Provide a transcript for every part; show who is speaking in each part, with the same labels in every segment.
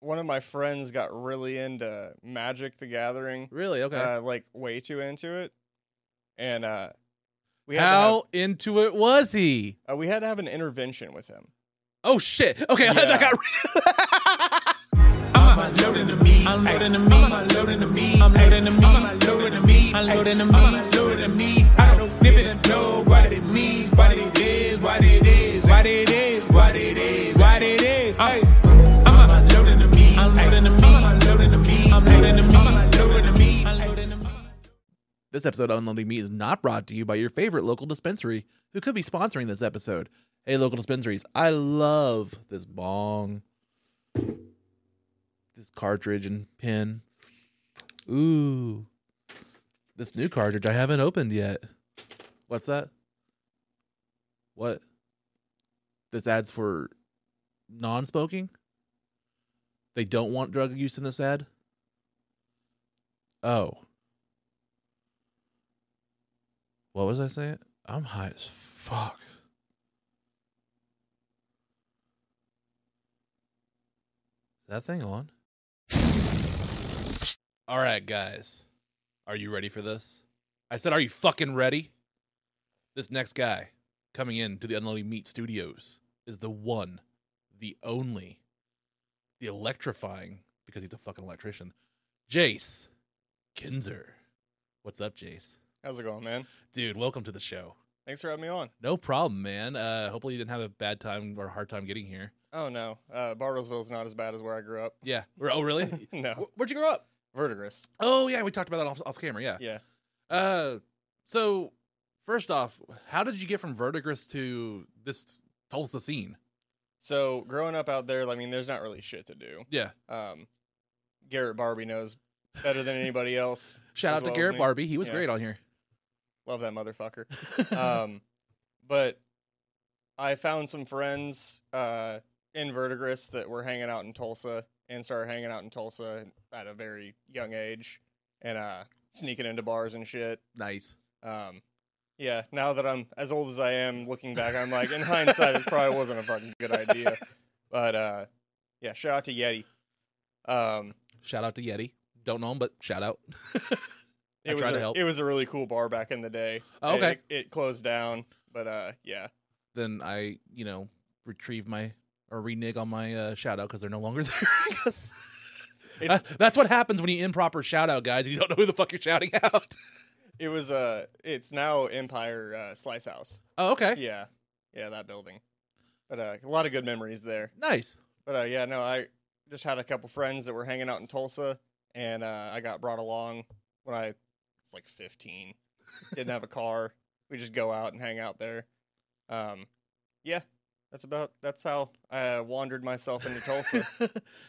Speaker 1: one of my friends got really into Magic the Gathering,
Speaker 2: Really? Okay.
Speaker 1: uh, like way too into it, and uh, we had
Speaker 2: How into it was he?
Speaker 1: to have, uh, we had to have an intervention with him.
Speaker 2: Oh shit. Okay,
Speaker 1: Yeah.
Speaker 2: that got re-
Speaker 3: I'm unloading the meat. I'm loading the meat. I'm unloading the meat. I'm loading the meat. I'm unloading the meat. I'm loading the meat. I'm unloading the meat. I don't even know what it means, what it is, what it is, what it is, what it is, what it is. Hey. I'm unloading the meat. I'm loading the meat. I'm unloading the meat. I'm loading the meat. I'm unloading the meat. I'm loading the meat.
Speaker 2: This episode of Unloading Me is not brought to you by your favorite local dispensary who could be sponsoring this episode. Hey, local dispensaries, I love this bong, this cartridge and pin. Ooh, this new cartridge I haven't opened yet. What's that? What? This ad's for non smoking? They don't want drug use in this ad? Oh. What was I saying? I'm high as fuck. Is that thing on? All right, guys. Are you ready for this? I said, are you fucking ready? This next guy coming in to the Unloading Meat Studios is the one, the only, the electrifying, because he's a fucking electrician, Jace Kinzer. What's up, Jace?
Speaker 1: How's it going, man?
Speaker 2: Dude, welcome to the show.
Speaker 1: Thanks for having me on.
Speaker 2: No problem, man. Uh, hopefully you didn't have a bad time or a hard time getting here.
Speaker 1: Oh no, uh, Bartlesville's not as bad as where I grew up.
Speaker 2: Yeah. Or- Oh, really?
Speaker 1: no,
Speaker 2: Wh- Where'd you grow up?
Speaker 1: Verdigris.
Speaker 2: Oh, yeah. We talked about that off, off camera. Yeah.
Speaker 1: Yeah.
Speaker 2: Uh, so first off, how did you get from Verdigris to this Tulsa scene?
Speaker 1: So growing up out there, I mean, there's not really shit to do.
Speaker 2: Yeah.
Speaker 1: Um, Garrett Barbie knows better than anybody else.
Speaker 2: Shout
Speaker 1: As
Speaker 2: out
Speaker 1: well
Speaker 2: to
Speaker 1: as
Speaker 2: Garrett
Speaker 1: me.
Speaker 2: Barbie. He was
Speaker 1: Yeah.
Speaker 2: great on here.
Speaker 1: Love that motherfucker. um, but I found some friends uh, in Vertigris that were hanging out in Tulsa and started hanging out in Tulsa at a very young age and uh, sneaking into bars and shit.
Speaker 2: nice.
Speaker 1: Um, yeah, now that I'm as old as I am, looking back, I'm like, in hindsight, this probably wasn't a fucking good idea. But uh, yeah, shout out to Yeti. Um,
Speaker 2: Shout out to Yeti. Don't know him, but shout out.
Speaker 1: it
Speaker 2: I
Speaker 1: was
Speaker 2: tried
Speaker 1: a,
Speaker 2: to help.
Speaker 1: it was a really cool bar back in the day.
Speaker 2: Oh, okay.
Speaker 1: It, it closed down, but uh, yeah.
Speaker 2: then I, you know, retrieve my or renege on my uh, shout out because they're no longer there. I guess.
Speaker 1: It's-
Speaker 2: That- that's what happens when you improper shout out, guys. And you don't know who the fuck you're shouting out.
Speaker 1: It was uh it's now Empire uh, Slice House.
Speaker 2: Oh, okay.
Speaker 1: Yeah. Yeah, that building. But uh, a lot of good memories there.
Speaker 2: Nice.
Speaker 1: But uh, yeah, no, I just had a couple friends that were hanging out in Tulsa and uh, I got brought along when I was like 15. Didn't have a car. We just go out and hang out there. Um yeah, that's about that's how I uh, wandered myself into Tulsa.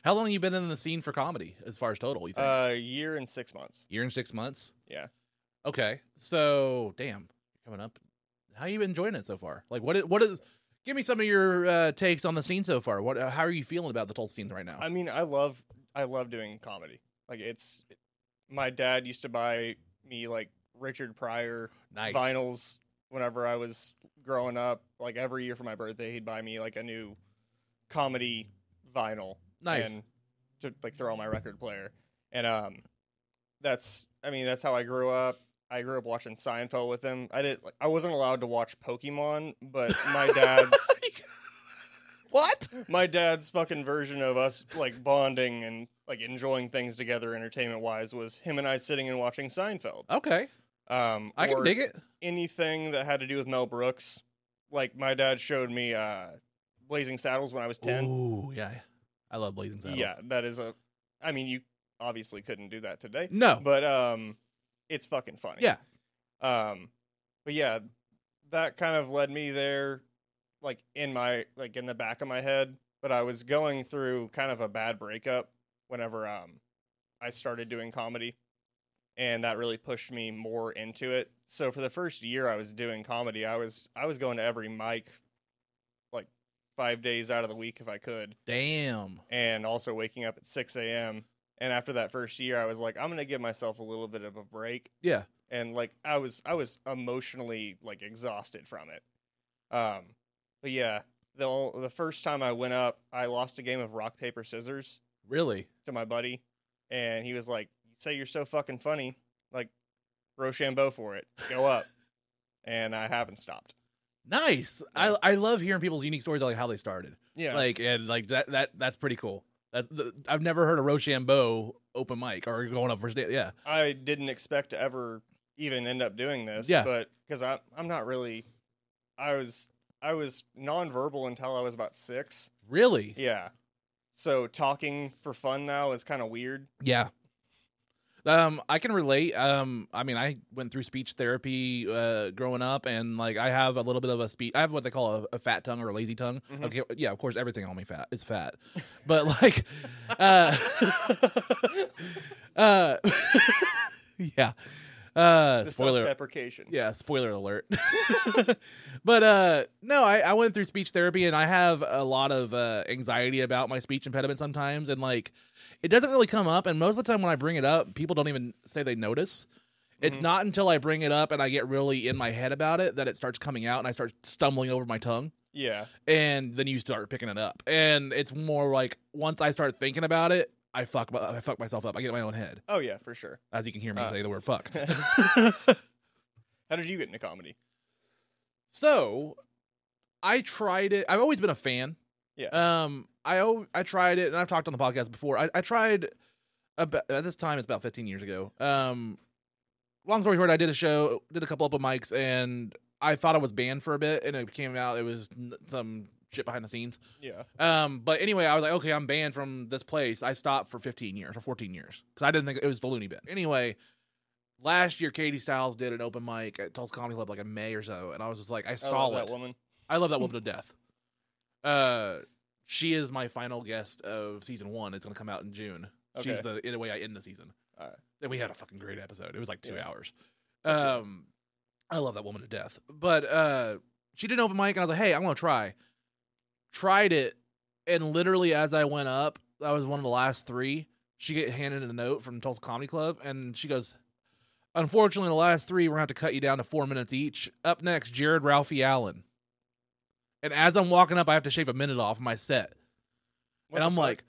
Speaker 2: How long you been in the scene for comedy as far as total? You think
Speaker 1: uh, a year and 6 months.
Speaker 2: year and six months?
Speaker 1: Yeah.
Speaker 2: Okay. So damn, coming up. How you enjoying it so far? Like what? i- What is? Give me some of your uh, takes on the scene so far. What? uh, How are you feeling about the Tulsa scene right now?
Speaker 1: I mean, I love I love doing comedy. Like it's my dad used to buy me like Richard Pryor
Speaker 2: nice.
Speaker 1: vinyls whenever I was growing up. Like every year for my birthday, he'd buy me like a new comedy vinyl
Speaker 2: Nice.
Speaker 1: and to like throw on my record player. And um that's I mean, that's how I grew up. I grew up watching Seinfeld with him. I didn't like, I wasn't allowed to watch Pokemon, but my dad's
Speaker 2: what?
Speaker 1: my dad's fucking version of us like bonding and like enjoying things together entertainment wise was him and I sitting and watching Seinfeld.
Speaker 2: Okay.
Speaker 1: Um
Speaker 2: I can
Speaker 1: or
Speaker 2: dig it.
Speaker 1: anything that had to do with Mel Brooks. Like my dad showed me uh Blazing Saddles when I was 10.
Speaker 2: Ooh, yeah. I love Blazing Saddles.
Speaker 1: yeah, that is a I mean you obviously couldn't do that today.
Speaker 2: No.
Speaker 1: But um it's fucking funny.
Speaker 2: yeah.
Speaker 1: Um, but yeah, that kind of led me there, like in my like in the back of my head. But I was going through kind of a bad breakup whenever um I started doing comedy, and that really pushed me more into it. So for the first year I was doing comedy, I was I was going to every mic, like five days out of the week if I could,
Speaker 2: Damn.
Speaker 1: and also waking up at six a.m. And after that first year, I was like, I'm gonna give myself a little bit of a break
Speaker 2: Yeah.
Speaker 1: and like I was I was emotionally like exhausted from it. Um, but yeah, the ol- the first time I went up, I lost a game of rock paper scissors,
Speaker 2: Really?
Speaker 1: to my buddy, and he was like, "You say you're so fucking funny, like Rochambeau for it, go up." and I haven't stopped.
Speaker 2: Nice. I I love hearing people's unique stories, like how they started.
Speaker 1: Yeah,
Speaker 2: Like and like that that that's pretty cool. That's the, I've never heard a Rochambeau open mic or going up first date. Yeah,
Speaker 1: I didn't expect to ever even end up doing this.
Speaker 2: Yeah.
Speaker 1: but because I I'm not really, I was I was nonverbal until I was about six.
Speaker 2: really?
Speaker 1: Yeah. So talking for fun now is kind of weird.
Speaker 2: Yeah. Um, I can relate. Um, I mean, I went through speech therapy uh, growing up, and like I have a little bit of a speech. I have what they call a, a fat tongue or a lazy tongue.
Speaker 1: Mhm.
Speaker 2: Okay, yeah, of course, everything on me fat is fat, but like, uh, uh, yeah. Uh,
Speaker 1: The
Speaker 2: spoiler.
Speaker 1: self-deprecation.
Speaker 2: Yeah, spoiler alert. but uh no, I, I went through speech therapy and I have a lot of uh anxiety about my speech impediment sometimes and like it doesn't really come up and most of the time when I bring it up, people don't even say they notice. It's
Speaker 1: Mhm.
Speaker 2: not until I bring it up and I get really in my head about it that it starts coming out and I start stumbling over my tongue
Speaker 1: Yeah.
Speaker 2: and then you start picking it up. And it's more like once I start thinking about it, I fuck my- I fuck myself up. I get in my own head.
Speaker 1: Oh yeah, for sure.
Speaker 2: As you can hear me
Speaker 1: Uh.
Speaker 2: say the word fuck.
Speaker 1: How did you get into comedy?
Speaker 2: So, I tried it. I've always been a fan.
Speaker 1: Yeah.
Speaker 2: Um. I al- I tried it, and I've talked on the podcast before. I, I tried about, at this time. It's about 15 years ago. Um. Long story short, I did a show, did a couple open mics, and I thought I was banned for a bit, and it came out it was n- some shit behind the scenes.
Speaker 1: Yeah.
Speaker 2: Um. But anyway, I was like, okay, I'm banned from this place. I stopped for 15 years or 14 years because I didn't think it was the loony bin. Anyway, last year Katie Styles did an open mic at Tulsa Comedy Club like in May or so, and I was just like, I
Speaker 1: I
Speaker 2: saw
Speaker 1: love
Speaker 2: it.
Speaker 1: that woman.
Speaker 2: I love that woman to death. Uh, she is my final guest of season one. It's gonna come out in June. She's the in a way I end the season.
Speaker 1: Alright.
Speaker 2: And we had a fucking great episode. It was like two
Speaker 1: Yeah.
Speaker 2: hours. Um, I love that woman to death. But uh, she did an open mic, and I was like, hey, I'm gonna try. Tried it, and literally as I went up, I was one of the last three. She get handed a note from Tulsa Comedy Club, and she goes. Unfortunately, the last three, we're going to have to cut you down to four minutes each. Up next, Jared Ralphie Allen. And as I'm walking up, I have to shave a minute off my set.
Speaker 1: What
Speaker 2: and
Speaker 1: the
Speaker 2: I'm
Speaker 1: fuck?
Speaker 2: like,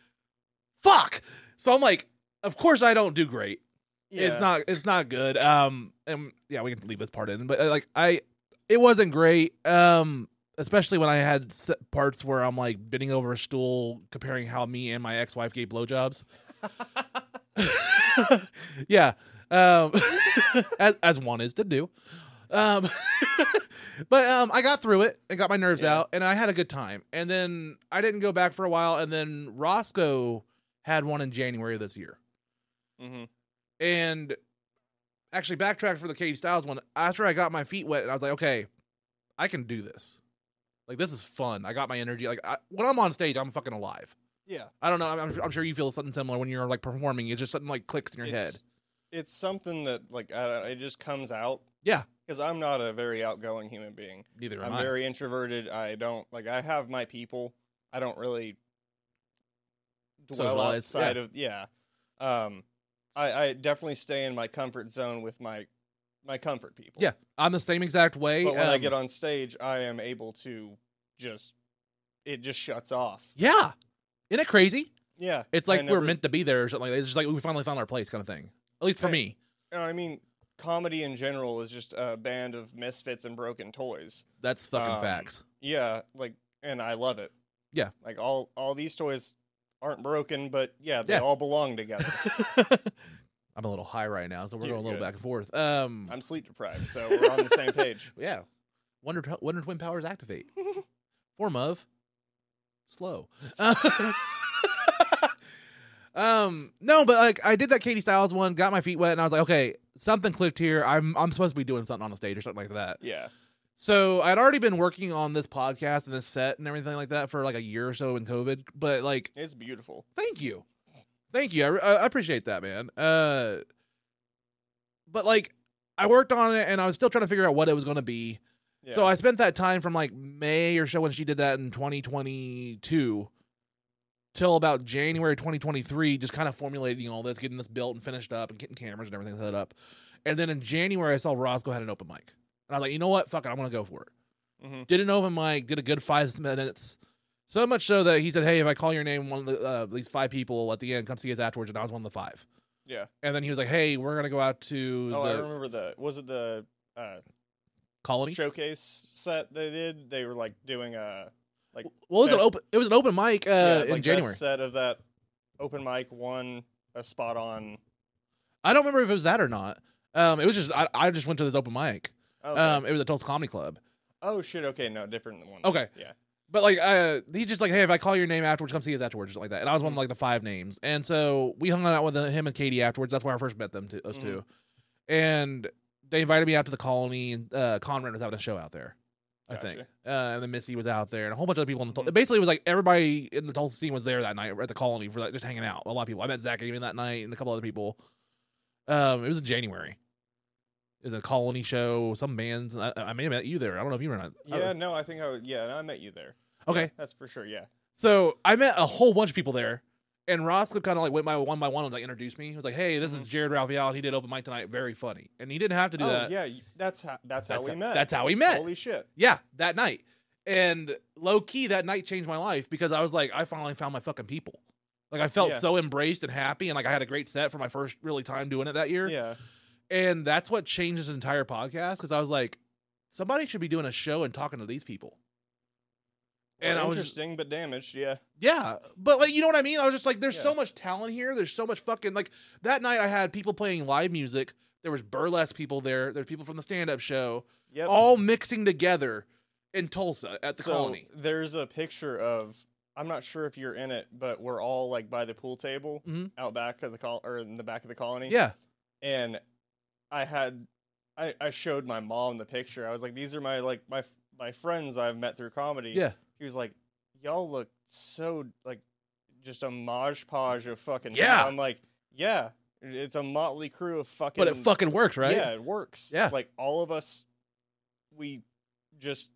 Speaker 2: fuck. So I'm like, of course I don't do great. It's
Speaker 1: Yeah.
Speaker 2: not it's not good. Um and yeah, we can leave this part in, but uh, like I it wasn't great. Um especially when I had s- parts where I'm like bending over a stool comparing how me and my ex-wife gave blowjobs. yeah. Um as as one is to do. Um but um I got through it and got my nerves
Speaker 1: Yeah.
Speaker 2: out and I had a good time. And then I didn't go back for a while and then Roscoe had one in January of this year.
Speaker 1: Mhm.
Speaker 2: And actually backtracked for the Katie Styles one after I got my feet wet and I was like, okay, I can do this. Like this is fun. I got my energy. Like I, when I'm on stage, I'm fucking alive.
Speaker 1: Yeah.
Speaker 2: I don't know. I'm- I'm, I'm sure you feel something similar when you're like performing. It's just something like clicks in your head.
Speaker 1: It's- It's something that like I, it just comes out.
Speaker 2: Yeah.
Speaker 1: Because I'm not a very outgoing human being.
Speaker 2: Neither am
Speaker 1: I'm
Speaker 2: I.
Speaker 1: very introverted. I don't like I have my people. I don't really dwell
Speaker 2: Socialize,
Speaker 1: outside of yeah. Um, I, I definitely stay in my comfort zone with my my comfort people.
Speaker 2: yeah, I'm the same exact way.
Speaker 1: But when I
Speaker 2: um,
Speaker 1: get on stage, I am able to just it just shuts off.
Speaker 2: Yeah. Isn't it crazy?
Speaker 1: Yeah,
Speaker 2: It's
Speaker 1: I
Speaker 2: like we're
Speaker 1: never-
Speaker 2: meant to be there or something like that. It's just like we finally found our place kind of thing. At least for
Speaker 1: Hey.
Speaker 2: me.
Speaker 1: you know what I mean. Comedy in general is just a band of misfits and broken toys.
Speaker 2: That's fucking
Speaker 1: Um,
Speaker 2: facts.
Speaker 1: Yeah, like, and I love it.
Speaker 2: Yeah.
Speaker 1: like all all these toys aren't broken, but yeah, they
Speaker 2: Yeah.
Speaker 1: all belong together.
Speaker 2: I'm a little high right now, so we're
Speaker 1: You're
Speaker 2: going a little
Speaker 1: good.
Speaker 2: back and forth. Um
Speaker 1: I'm sleep deprived, so we're on the same page.
Speaker 2: yeah. Wonder Wonder Twin powers activate. Form of slow. um no, but like I did that Katie Styles one, got my feet wet and I was like, okay, something clicked here. I'm I'm supposed to be doing something on the stage or something like that.
Speaker 1: Yeah,
Speaker 2: So I'd already been working on this podcast and this set and everything like that for like a year or so in COVID. But like,
Speaker 1: it's beautiful.
Speaker 2: thank you, thank you. I, re- I appreciate that, man. Uh, but like, I worked on it and I was still trying to figure out what it was going to be.
Speaker 1: Yeah.
Speaker 2: So I spent that time from like May or so when she did that in 2022 till about January 2023, just kind of formulating all this, getting this built and finished up and getting cameras and everything set up. And then in January, I saw Roscoe had an open mic. And I was like, you know what? Fuck it. I'm going to go for it.
Speaker 1: Mhm.
Speaker 2: Did an open mic, did a good five minutes, So much so that he said, "Hey, if I call your name, one of the, uh, these five people at the end come see us afterwards," and I was one of the five.
Speaker 1: Yeah.
Speaker 2: And then he was like, "Hey, we're gonna go out to
Speaker 1: Oh, I
Speaker 2: the
Speaker 1: remember the was it the uh,
Speaker 2: colony."
Speaker 1: showcase set they did? They were like doing a like
Speaker 2: What was it?
Speaker 1: best-
Speaker 2: Open. It was an open mic uh,
Speaker 1: yeah,
Speaker 2: in
Speaker 1: like best
Speaker 2: January.
Speaker 1: set of that open mic won a spot on.
Speaker 2: I don't remember if it was that or not. Um, it was just I, I just went to this open mic.
Speaker 1: Okay.
Speaker 2: Um, it was a Tulsa Comedy Club.
Speaker 1: oh shit! Okay, no, different one.
Speaker 2: Okay.
Speaker 1: yeah,
Speaker 2: But like, uh, he just like, hey, if I call your name afterwards, come see us afterwards, just like that. And I was one of like the five names, and so we hung out with uh, him and Katie afterwards. That's where I first met them, to, us
Speaker 1: Mhm.
Speaker 2: two, and they invited me out to the colony. And uh, Conrad was having a show out there, I think,
Speaker 1: Gotcha.
Speaker 2: uh, and then Missy was out there, and a whole bunch of other people in the. Tul-
Speaker 1: Mhm.
Speaker 2: Basically, it was like everybody in the Tulsa scene was there that night at the colony for like just hanging out. A lot of people. I met Zach even that night, and a couple other people. Um, it was in January. It was a colony show. Some bands. I, I may have met you there. I don't know if you were not. I don't-
Speaker 1: yeah. No, I think I would, yeah, no, I met you there.
Speaker 2: Oh. Okay.
Speaker 1: Yeah, that's for sure. Yeah.
Speaker 2: So I met a whole bunch of people there, and Ross kind of like went by one by one and like introduced me. He was like, "Hey, this is Jared Raphael. and He did open mic tonight. Very funny." And he didn't have to do
Speaker 1: Mm-hmm. oh
Speaker 2: that.
Speaker 1: yeah, y- that's how that's,
Speaker 2: that's
Speaker 1: how we met.
Speaker 2: That's how we met.
Speaker 1: Holy shit!
Speaker 2: yeah, that night. And low key, that night changed my life because I was like, I finally found my fucking people. Like I felt
Speaker 1: Yeah.
Speaker 2: so embraced and happy, and like I had a great set for my first really time doing it that year.
Speaker 1: Yeah,
Speaker 2: And that's what changed this entire podcast because I was like, somebody should be doing a show and talking to these people. And
Speaker 1: Well,
Speaker 2: I was
Speaker 1: interesting but damaged. Yeah,
Speaker 2: yeah, but like you know what I mean. I was just like, there's so
Speaker 1: Yeah.
Speaker 2: much talent here. There's so much fucking like that night. I had people playing live music. There was burlesque people there. There's people from the stand up show,
Speaker 1: yep.
Speaker 2: all mixing together in Tulsa at the
Speaker 1: so
Speaker 2: colony.
Speaker 1: There's a picture of I'm not sure if you're in it, but we're all like by the pool table
Speaker 2: Mhm.
Speaker 1: out back of the col or in the back of the colony.
Speaker 2: Yeah,
Speaker 1: and I had I, I showed my mom the picture. I was like, these are my like my my friends I've met through comedy.
Speaker 2: yeah.
Speaker 1: He was like, y'all look so like just a mosh podge of fucking people."
Speaker 2: Yeah.
Speaker 1: I'm like, yeah, it's a motley crew of fucking.
Speaker 2: But it fucking works, right?
Speaker 1: Yeah, it works.
Speaker 2: Yeah.
Speaker 1: like all of us, we just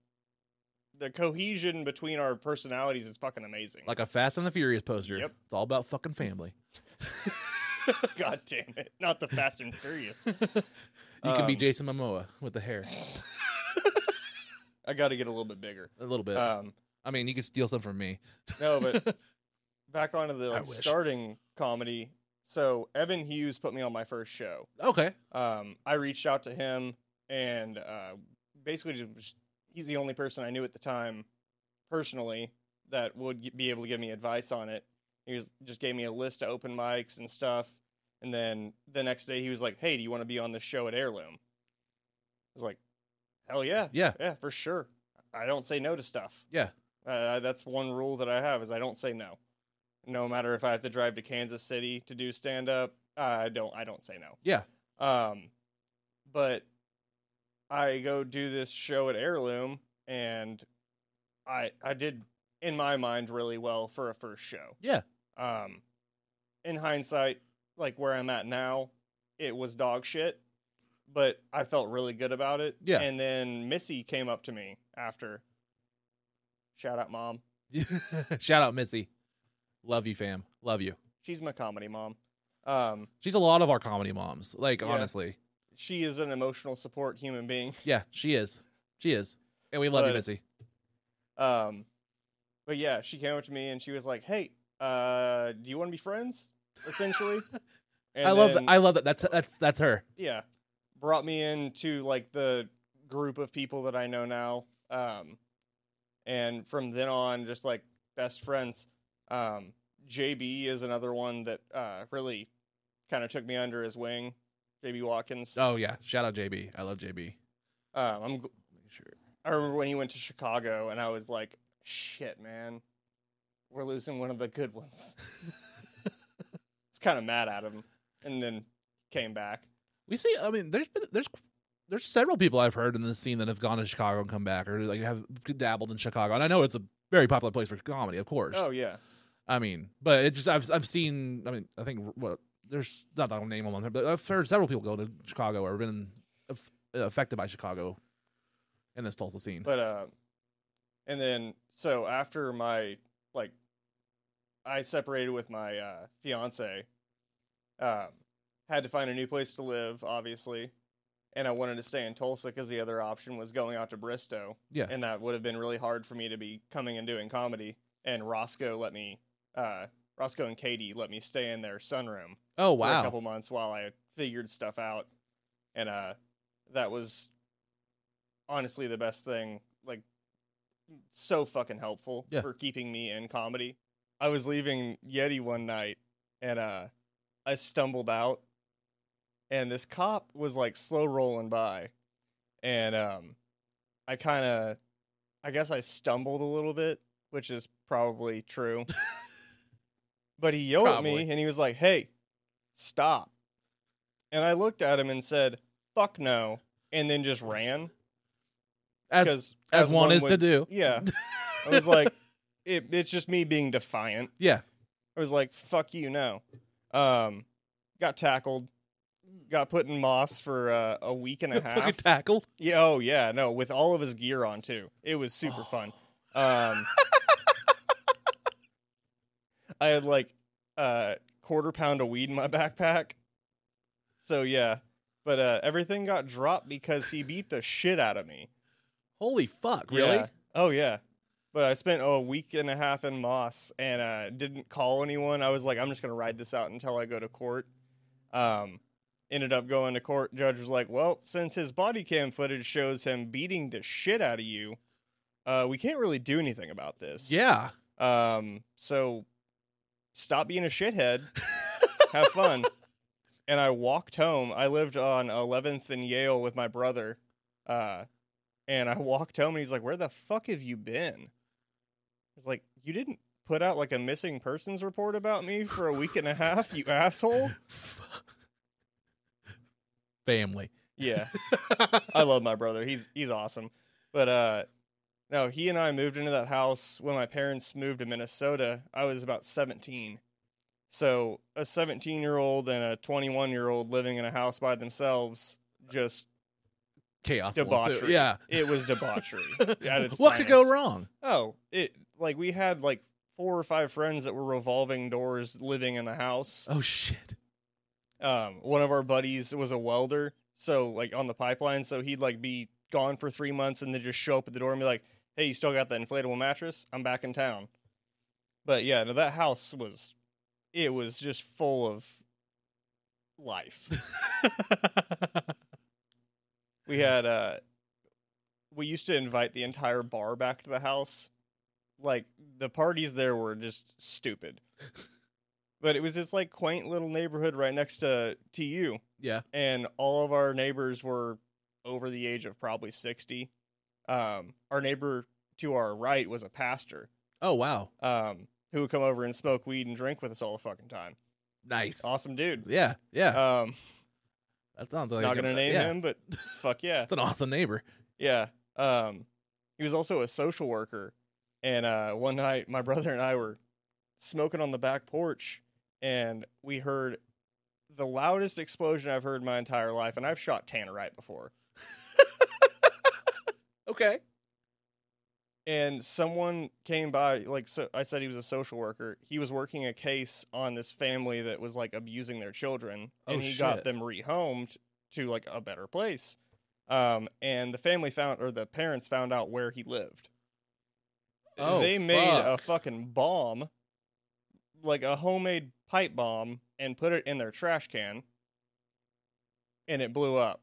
Speaker 1: the cohesion between our personalities is fucking amazing.
Speaker 2: Like a Fast and the Furious poster.
Speaker 1: Yep.
Speaker 2: It's all about fucking family.
Speaker 1: God damn it, not the Fast and Furious.
Speaker 2: You can be
Speaker 1: Um,
Speaker 2: Jason Momoa with the hair
Speaker 1: I got to get a little bit bigger.
Speaker 2: a little bit.
Speaker 1: Um,
Speaker 2: I mean, you could steal some from me.
Speaker 1: No, but back onto the
Speaker 2: I
Speaker 1: like,
Speaker 2: wish.
Speaker 1: starting comedy. So Evan Hughes put me on my first show.
Speaker 2: Okay.
Speaker 1: Um, I reached out to him, and uh, basically, just, he's the only person I knew at the time, personally, that would g- be able to give me advice on it. He was, just gave me a list of open mics and stuff, and then the next day he was like, "Hey, do you want to be on this show at Heirloom?" I was like, "Hell yeah,
Speaker 2: Yeah.
Speaker 1: yeah, for sure." I don't say no to stuff.
Speaker 2: Yeah.
Speaker 1: Uh, that's one rule that I have is I don't say no. No matter if I have to drive to Kansas City to do stand up, I don't I don't say no.
Speaker 2: Yeah.
Speaker 1: Um but I go do this show at Heirloom and I I did in my mind really well for a first show.
Speaker 2: Yeah.
Speaker 1: Um in hindsight, like where I'm at now, it was dog shit, but I felt really good about it.
Speaker 2: Yeah.
Speaker 1: And then Missy came up to me after Shout out mom.
Speaker 2: Shout out Missy. Love you, fam. Love you.
Speaker 1: She's my comedy mom. Um,
Speaker 2: She's a lot of our comedy moms. Like
Speaker 1: Yeah.
Speaker 2: honestly.
Speaker 1: she is an emotional support human being.
Speaker 2: Yeah, she is. She is. And we love you,
Speaker 1: But-
Speaker 2: Missy.
Speaker 1: Um, but yeah, she came up to me and she was like, "Hey, uh, do you want to be friends?" Essentially, and
Speaker 2: I love that.
Speaker 1: then,
Speaker 2: I love that. That's that's that's her.
Speaker 1: yeah, brought me into like the group of people that I know now. Um, and from then on, just like best friends. Um, JB is another one that uh, really kind of took me under his wing. JB Watkins.
Speaker 2: Oh yeah. Shout out JB. I love JB.
Speaker 1: Um, I'm g- I remember when he went to Chicago, and I was like, "Shit, man, we're losing one of the good ones." was kind of mad at him, and then came back.
Speaker 2: We see. I mean, there's been there's there's several people I've heard in this scene that have gone to Chicago and come back, or like have dabbled in Chicago. And I know it's a very popular place for comedy, of course.
Speaker 1: Oh yeah,
Speaker 2: I mean, but it just I've I've seen. I mean, I think what there's not that I'll name them on there, but I've heard several people go to Chicago or been aff- affected by Chicago in this Tulsa scene.
Speaker 1: but uh, and then so after my like, I separated with my uh, fiance. Um, had to find a new place to live, obviously, and I wanted to stay in Tulsa because the other option was going out to Bristow.
Speaker 2: yeah.
Speaker 1: and that would have been really hard for me to be coming and doing comedy and Roscoe let me uh Roscoe and Katie let me stay in their sunroom
Speaker 2: Oh
Speaker 1: for a
Speaker 2: wow.
Speaker 1: couple months while I figured stuff out, and uh, that was honestly the best thing. Like, so fucking helpful
Speaker 2: Yeah.
Speaker 1: for keeping me in comedy. I was leaving Yeti one night, and uh, I stumbled out, and this cop was like slow rolling by, and um, I kind of, I guess I stumbled a little bit, which is probably true. but he yelled at
Speaker 2: Probably.
Speaker 1: me, and he was like, "Hey, stop!" And I looked at him and said, "Fuck no," and then just ran
Speaker 2: As as,
Speaker 1: because
Speaker 2: one, is to
Speaker 1: would-
Speaker 2: do.
Speaker 1: Yeah, I was like, it, it's just me being defiant.
Speaker 2: Yeah.
Speaker 1: I was like, fuck you, no. Um, got tackled, got put in moss for uh, a week and a
Speaker 2: Fucking
Speaker 1: half.
Speaker 2: tackled.
Speaker 1: yeah, oh yeah, no, with all of his gear on too. It was super fun. Um, I had like a quarter pound of weed in my backpack. So yeah, but uh, everything got dropped because he beat the shit out of me.
Speaker 2: Holy fuck! Really?
Speaker 1: Yeah. Oh yeah. But I spent oh, a week and a half in Moss and uh, didn't call anyone. I was like, I'm just gonna ride this out until I go to court. Um, ended up going to court. Judge was like, Well, since his body cam footage shows him beating the shit out of you, uh, we can't really do anything about this.
Speaker 2: Yeah.
Speaker 1: Um, so stop being a shithead. Have fun. And I walked home. I lived on 11th and Yale with my brother. Uh, and I walked home and he's like, Where the fuck have you been? I was like, You didn't put out like a missing persons report about me for a week and a half, you asshole.
Speaker 2: Family.
Speaker 1: Yeah. I love my brother. He's he's awesome. But uh no, he and I moved into that house when my parents moved to Minnesota. I was about 17. So, a 17-year-old and a 21-year-old living in a house by themselves just
Speaker 2: Chaos. will ensue.
Speaker 1: debauchery.
Speaker 2: Yeah.
Speaker 1: It was debauchery. at its
Speaker 2: what could go
Speaker 1: finest.
Speaker 2: wrong?
Speaker 1: Oh, it like we had like four or five friends that were revolving doors living in the house
Speaker 2: Oh shit.
Speaker 1: um one of our buddies was a welder so like on the pipeline so he'd like be gone for three months and then just show up at the door and be like hey you still got that inflatable mattress i'm back in town but yeah no, that house was it was just full of life we had uh we used to invite the entire bar back to the house like the parties there were just stupid but it was this like quaint little neighborhood right next to tu
Speaker 2: yeah.
Speaker 1: and all of our neighbors were over the age of probably 60 um our neighbor to our right was a pastor
Speaker 2: Oh wow.
Speaker 1: um who would come over and smoke weed and drink with us all the fucking time
Speaker 2: Nice.
Speaker 1: awesome dude
Speaker 2: Yeah. Yeah.
Speaker 1: um
Speaker 2: that sounds like
Speaker 1: not
Speaker 2: a-
Speaker 1: gonna name
Speaker 2: yeah.
Speaker 1: him but fuck yeah
Speaker 2: That's an awesome neighbor.
Speaker 1: Yeah. Um, he was also a social worker. And uh, one night, my brother and I were smoking on the back porch, and we heard the loudest explosion I've heard in my entire life. And I've shot Tannerite before.
Speaker 2: Okay.
Speaker 1: And someone came by, like, so I said he was a social worker. He was working a case on this family that was, like, abusing their children.
Speaker 2: Oh,
Speaker 1: And he got
Speaker 2: shit.
Speaker 1: them rehomed to, like, a better place. Um, and the family found, or the parents found out where he lived.
Speaker 2: Oh,
Speaker 1: they made a
Speaker 2: fuck.
Speaker 1: fucking bomb, like a homemade pipe bomb, and put it in their trash can, and it blew up.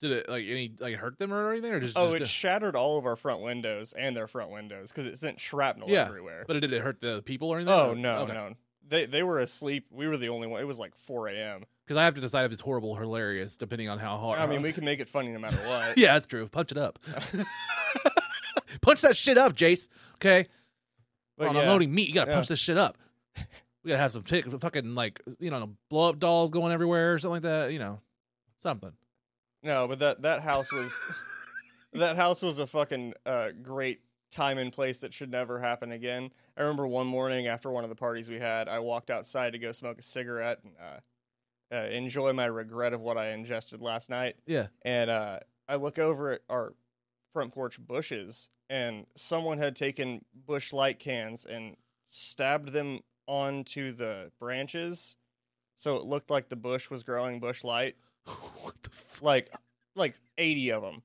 Speaker 2: Did it like any like hurt them or anything or just?
Speaker 1: Oh,
Speaker 2: just
Speaker 1: it shattered all of our front windows and their front windows because it sent shrapnel
Speaker 2: Yeah,
Speaker 1: everywhere.
Speaker 2: but did it hurt the people or anything?
Speaker 1: oh
Speaker 2: Or-
Speaker 1: no,
Speaker 2: okay.
Speaker 1: no, they they were asleep. We were the only one. It was like 4 a.m.
Speaker 2: Because I have to decide if it's horrible or hilarious depending on how hard.
Speaker 1: I mean, we can make it funny no matter what.
Speaker 2: Oh, Yeah, that's true. Punch it up. punch that shit up, Jace. Okay.
Speaker 1: But
Speaker 2: on
Speaker 1: yeah,
Speaker 2: unloading meat, you gotta
Speaker 1: Yeah.
Speaker 2: punch this shit up. We gotta have some tick, fucking like you know blow up dolls going everywhere or something like that. You know, something.
Speaker 1: no, but that that house was that house was a fucking uh, great time and place that should never happen again. I remember one morning after one of the parties we had, I walked outside to go smoke a cigarette and uh, uh, enjoy my regret of what I ingested last night.
Speaker 2: Yeah.
Speaker 1: And uh, I look over at our front porch bushes, and someone had taken bush light cans and stabbed them onto the branches, so it looked like the bush was growing bush light
Speaker 2: what the fuck?
Speaker 1: like like 80 of them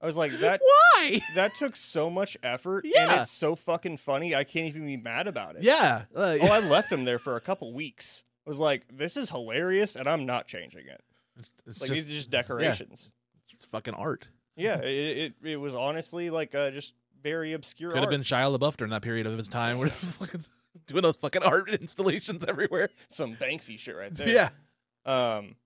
Speaker 1: I was like, that
Speaker 2: Why?
Speaker 1: that took so much effort and
Speaker 2: Yeah.
Speaker 1: it's so fucking funny. I can't even be mad about it.
Speaker 2: Yeah. like-
Speaker 1: Oh, I left him there for a couple weeks. I was like, this is hilarious and I'm not changing it.
Speaker 2: it's,
Speaker 1: Like
Speaker 2: just,
Speaker 1: these are just decorations.
Speaker 2: it's fucking art.
Speaker 1: Yeah, it, it it was honestly like uh, just very obscure.
Speaker 2: Could have
Speaker 1: art.
Speaker 2: been Shia LaBeouf during that period of his time where he was fucking doing those fucking art installations everywhere.
Speaker 1: some Banksy shit right there.
Speaker 2: Yeah.
Speaker 1: Um,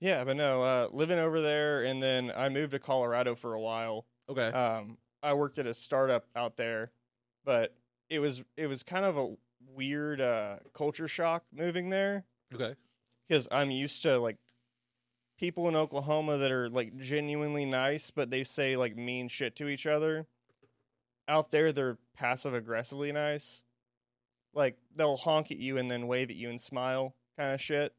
Speaker 1: yeah, but no, uh, living over there, and then I moved to Colorado for a while.
Speaker 2: Okay.
Speaker 1: Um, I worked at a startup out there, but it was it was kind of a weird uh, culture shock moving there
Speaker 2: okay.
Speaker 1: because I'm used to like people in Oklahoma that are like genuinely nice, but they say like mean shit to each other. Out there, they're passive aggressively nice. Like they'll honk at you and then wave at you and smile, kind of shit.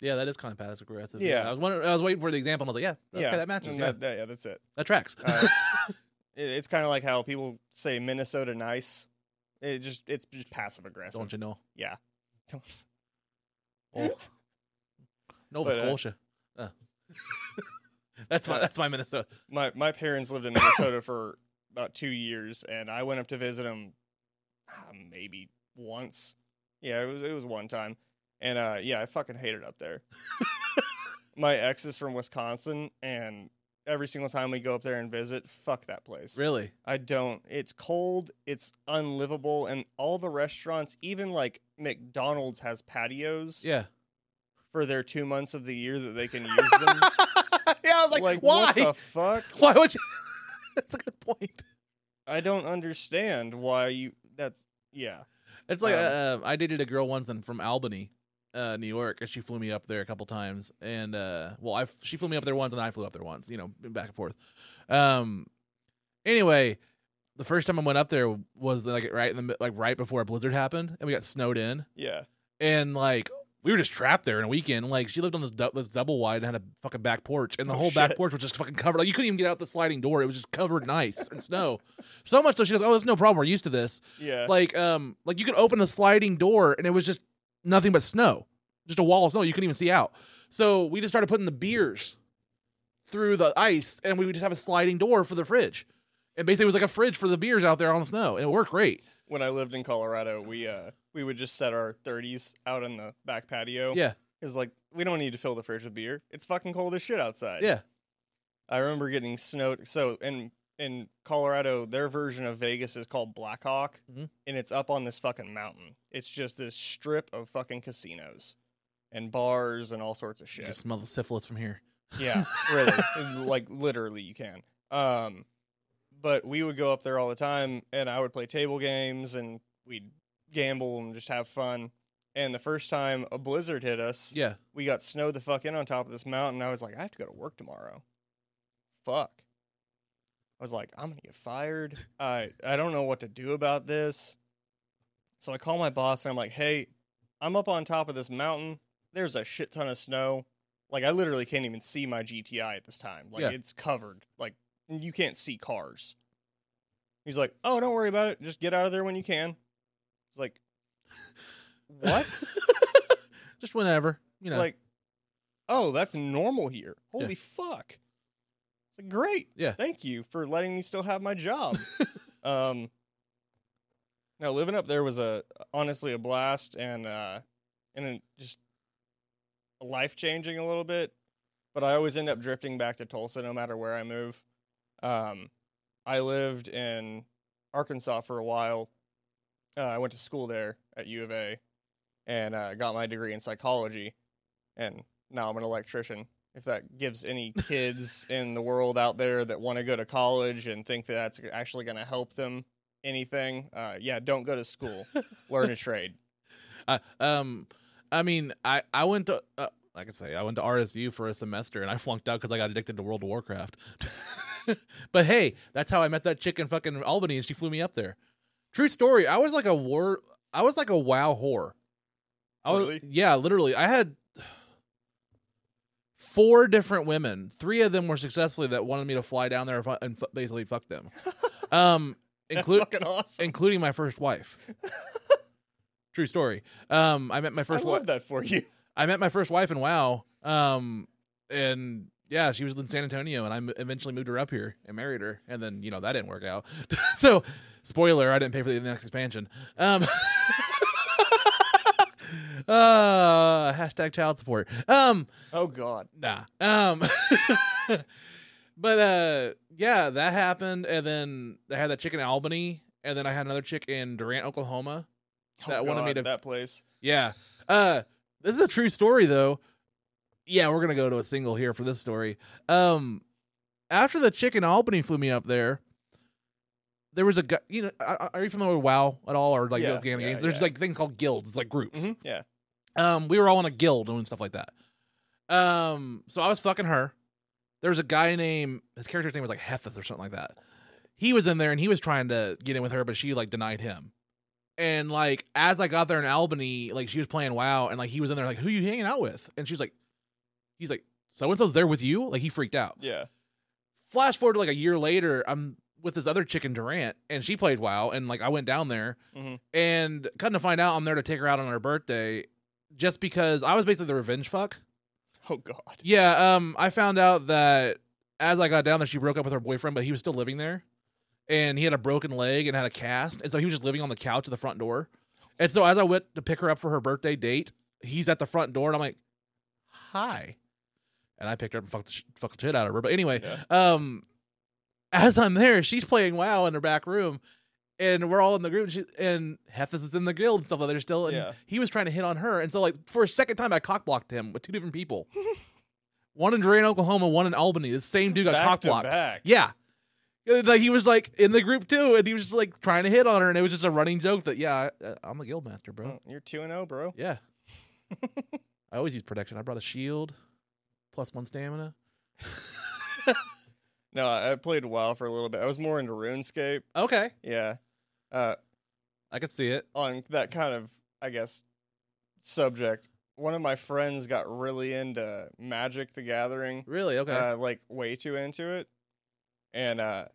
Speaker 2: Yeah, that is kind of passive aggressive.
Speaker 1: Yeah.
Speaker 2: I was wondering, I was waiting for the example and I was like, yeah, okay, that matches.
Speaker 1: and
Speaker 2: Yeah.
Speaker 1: That, that- yeah, that's it.
Speaker 2: That tracks.
Speaker 1: Uh, it it's kind of like how people say Minnesota nice. It just it's just passive aggressive.
Speaker 2: Don't you know?
Speaker 1: Yeah.
Speaker 2: Oh. Nova
Speaker 1: But, uh,
Speaker 2: Scotia. Uh. that's my
Speaker 1: Uh,
Speaker 2: that's my Minnesota.
Speaker 1: My my parents lived in Minnesota for about two years, and I went up to visit them ah, maybe once. Yeah, it was it was one time, and uh, yeah, I fucking hated up there. my ex is from Wisconsin, and every single time we go up there and visit, fuck that place.
Speaker 2: Really?
Speaker 1: I don't. It's cold, it's unlivable, and all the restaurants, even like McDonald's, has patios
Speaker 2: Yeah.
Speaker 1: for their two months of the year that they can use them.
Speaker 2: yeah, I was like, why?
Speaker 1: what the fuck?
Speaker 2: why would you? that's a good point.
Speaker 1: I don't understand why you. That's yeah.
Speaker 2: It's like
Speaker 1: Um,
Speaker 2: uh, I dated a girl once and from Albany, uh, New York, and she flew me up there a couple times. And uh, well, I she flew me up there once, and I flew up there once. You know, back and forth. Um, anyway, the first time I went up there was like right in the mi- like right before a blizzard happened, and we got snowed in,
Speaker 1: Yeah.
Speaker 2: and like. We were just trapped there in a weekend. Like she lived on this, dou- this double wide and had a fucking back porch, and the
Speaker 1: Oh,
Speaker 2: whole back
Speaker 1: shit.
Speaker 2: porch was just fucking covered. Like you couldn't even get out the sliding door; it was just covered in ice and snow. So much so she goes, "Oh, it's no problem. We're used to this."
Speaker 1: Yeah.
Speaker 2: like um like you could open the sliding door and it was just nothing but snow just a wall of snow you couldn't even see out so we just started putting the beers through the ice and we would just have a sliding door for the fridge and basically it was like a fridge for the beers out there on the snow and it worked great
Speaker 1: when I lived in Colorado, we uh we would just set our 30s out in the back patio.
Speaker 2: yeah
Speaker 1: Cause like we don't need to fill the fridge with beer. It's fucking cold as shit outside.
Speaker 2: yeah
Speaker 1: I remember getting snowed. So in in Colorado, their version of Vegas is called Blackhawk,
Speaker 2: Mhm.
Speaker 1: and it's up on this fucking mountain. It's just this strip of fucking casinos and bars and all sorts of
Speaker 2: you
Speaker 1: shit.
Speaker 2: can smell the syphilis from here
Speaker 1: Yeah, really. And, like literally, you can. Um, but we would go up there all the time, and I would play table games, and we'd gamble and just have fun. And the first time a blizzard hit us,
Speaker 2: yeah
Speaker 1: we got snowed the fuck in on top of this mountain. I was like, I have to go to work tomorrow. Fuck. I was like, I'm gonna get fired. I I don't know what to do about this. So I call my boss and I'm like, hey, I'm up on top of this mountain. There's a shit ton of snow. Like I literally can't even see my GTI at this time. Like
Speaker 2: Yeah.
Speaker 1: it's covered. Like you can't see cars. He's like, oh, don't worry about it. Just get out of there when you can. It's like, what?
Speaker 2: just whenever you know
Speaker 1: like oh that's normal here holy fuck it's like, great
Speaker 2: Yeah.
Speaker 1: thank you for letting me still have my job um now living up there was a honestly a blast and uh and it just life changing a little bit but i always end up drifting back to tulsa no matter where i move um i lived in arkansas for a while uh, i went to school there at u of a and uh, got my degree in psychology and now i'm an electrician if that gives any kids in the world out there that want to go to college and think that that's actually going to help them anything uh, yeah don't go to school learn a trade
Speaker 2: I, um, I mean, I I went to uh, like I say, I went to RSU for a semester and I flunked out because I got addicted to World of Warcraft. but hey, that's how I met that chick in fucking Albany, and she flew me up there. True story. I was like a war. I was like a wow whore. I was
Speaker 1: Really?
Speaker 2: yeah, literally. I had four different women. Three of them were successfully that wanted me to fly down there and, fu- and fu- basically fuck them. Um,
Speaker 1: that's
Speaker 2: include
Speaker 1: fucking awesome
Speaker 2: including my first wife. True story. Um, I met my first
Speaker 1: i love
Speaker 2: wife.
Speaker 1: that for you
Speaker 2: I met my first wife in WoW. Um, and Yeah, she was in San Antonio, and I m- eventually moved her up here and married her, and then you know that didn't work out. so, spoiler: I didn't pay for the next expansion. Um, uh, hashtag child support. Um,
Speaker 1: Oh God.
Speaker 2: nah. Um, but uh, yeah, that happened, and then I had that chick in Albany, and then I had another chick in Durant, Oklahoma.
Speaker 1: Oh,
Speaker 2: That wanted me
Speaker 1: God,
Speaker 2: to-
Speaker 1: that place.
Speaker 2: Yeah. Uh this is a true story though. Yeah, we're gonna go to a single here for this story. Um after the chick in Albany flew me up there, there was a guy you know, are are you familiar with WoW at all or like
Speaker 1: Yeah,
Speaker 2: those gaming
Speaker 1: yeah,
Speaker 2: games? There's
Speaker 1: yeah.
Speaker 2: like things called guilds, like groups.
Speaker 1: Mhm, Yeah.
Speaker 2: Um, we were all in a guild doing stuff like that. Um, so I was fucking her. There was a guy named his character's name was like Hetheth or something like that. He was in there and he was trying to get in with her, but she like denied him. And like as I got there in Albany, like she was playing WoW and like he was in there like, who you hanging out with? And she's like, he's like, so and so's there with you. Like he freaked out
Speaker 1: Yeah.
Speaker 2: flash forward to like a year later, I'm with this other chick in Durant, and she played WoW, and like I went down there,
Speaker 1: Mhm.
Speaker 2: and kind of find out I'm there to take her out on her birthday, just because I was basically the revenge fuck.
Speaker 1: Oh God.
Speaker 2: Yeah, um, I found out that as I got down there, she broke up with her boyfriend, but he was still living there, and he had a broken leg and had a cast, and so he was just living on the couch at the front door. And so as I went to pick her up for her birthday date, he's at the front door, and I'm like, "Hi," and I picked her up and fucked the, sh- fucked the shit out of her. But anyway,
Speaker 1: Yeah.
Speaker 2: um, as I'm there, she's playing WoW in her back room. And we're all in the group, and, she, and Hephaestus is in the guild and stuff like that. Still, and
Speaker 1: Yeah.
Speaker 2: he was trying to hit on her, and so like for a second time, I cockblocked him with two different people, one in Durant, Oklahoma, one in Albany. The same dude
Speaker 1: Back
Speaker 2: got
Speaker 1: to
Speaker 2: cockblocked.
Speaker 1: back.
Speaker 2: Yeah, And, like he was like in the group too, and he was just like trying to hit on her, and it was just a running joke that yeah, I, uh, I'm the guild master, bro.
Speaker 1: Oh, You're two and zero, bro.
Speaker 2: Yeah. I always use protection. I brought a shield, plus one stamina.
Speaker 1: No, I I played WoW for a little bit. I was more into RuneScape.
Speaker 2: Okay,
Speaker 1: Yeah. Uh,
Speaker 2: I could see it.
Speaker 1: on that kind of, I guess, subject. One of my friends got really into Magic: The Gathering,
Speaker 2: Really? Okay.
Speaker 1: uh, like way too into it, and uh,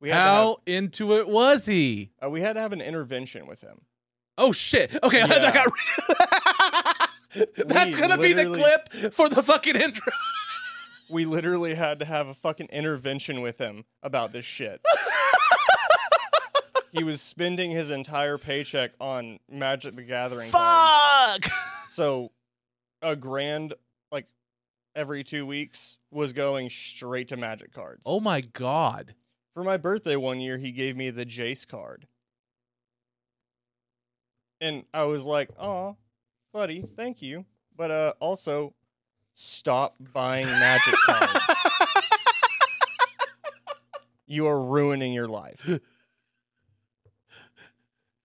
Speaker 1: we had to have,
Speaker 2: How into it was he?
Speaker 1: uh, we had to have an intervention with him.
Speaker 2: Oh shit! Okay,
Speaker 1: Yeah.
Speaker 2: that got. Re- That's
Speaker 1: We
Speaker 2: gonna
Speaker 1: literally-
Speaker 2: be the clip for the fucking intro.
Speaker 1: We literally had to have a fucking intervention with him about this shit. he was spending his entire paycheck on Magic: The
Speaker 2: Oh
Speaker 1: Gathering. cards.
Speaker 2: Fuck.
Speaker 1: So a grand like every 2 weeks was going straight to magic cards.
Speaker 2: Oh my god.
Speaker 1: For my birthday one year he gave me the Jace card. And I was like, "Oh, buddy, thank you, but uh also stop buying magic cards. You are ruining your life."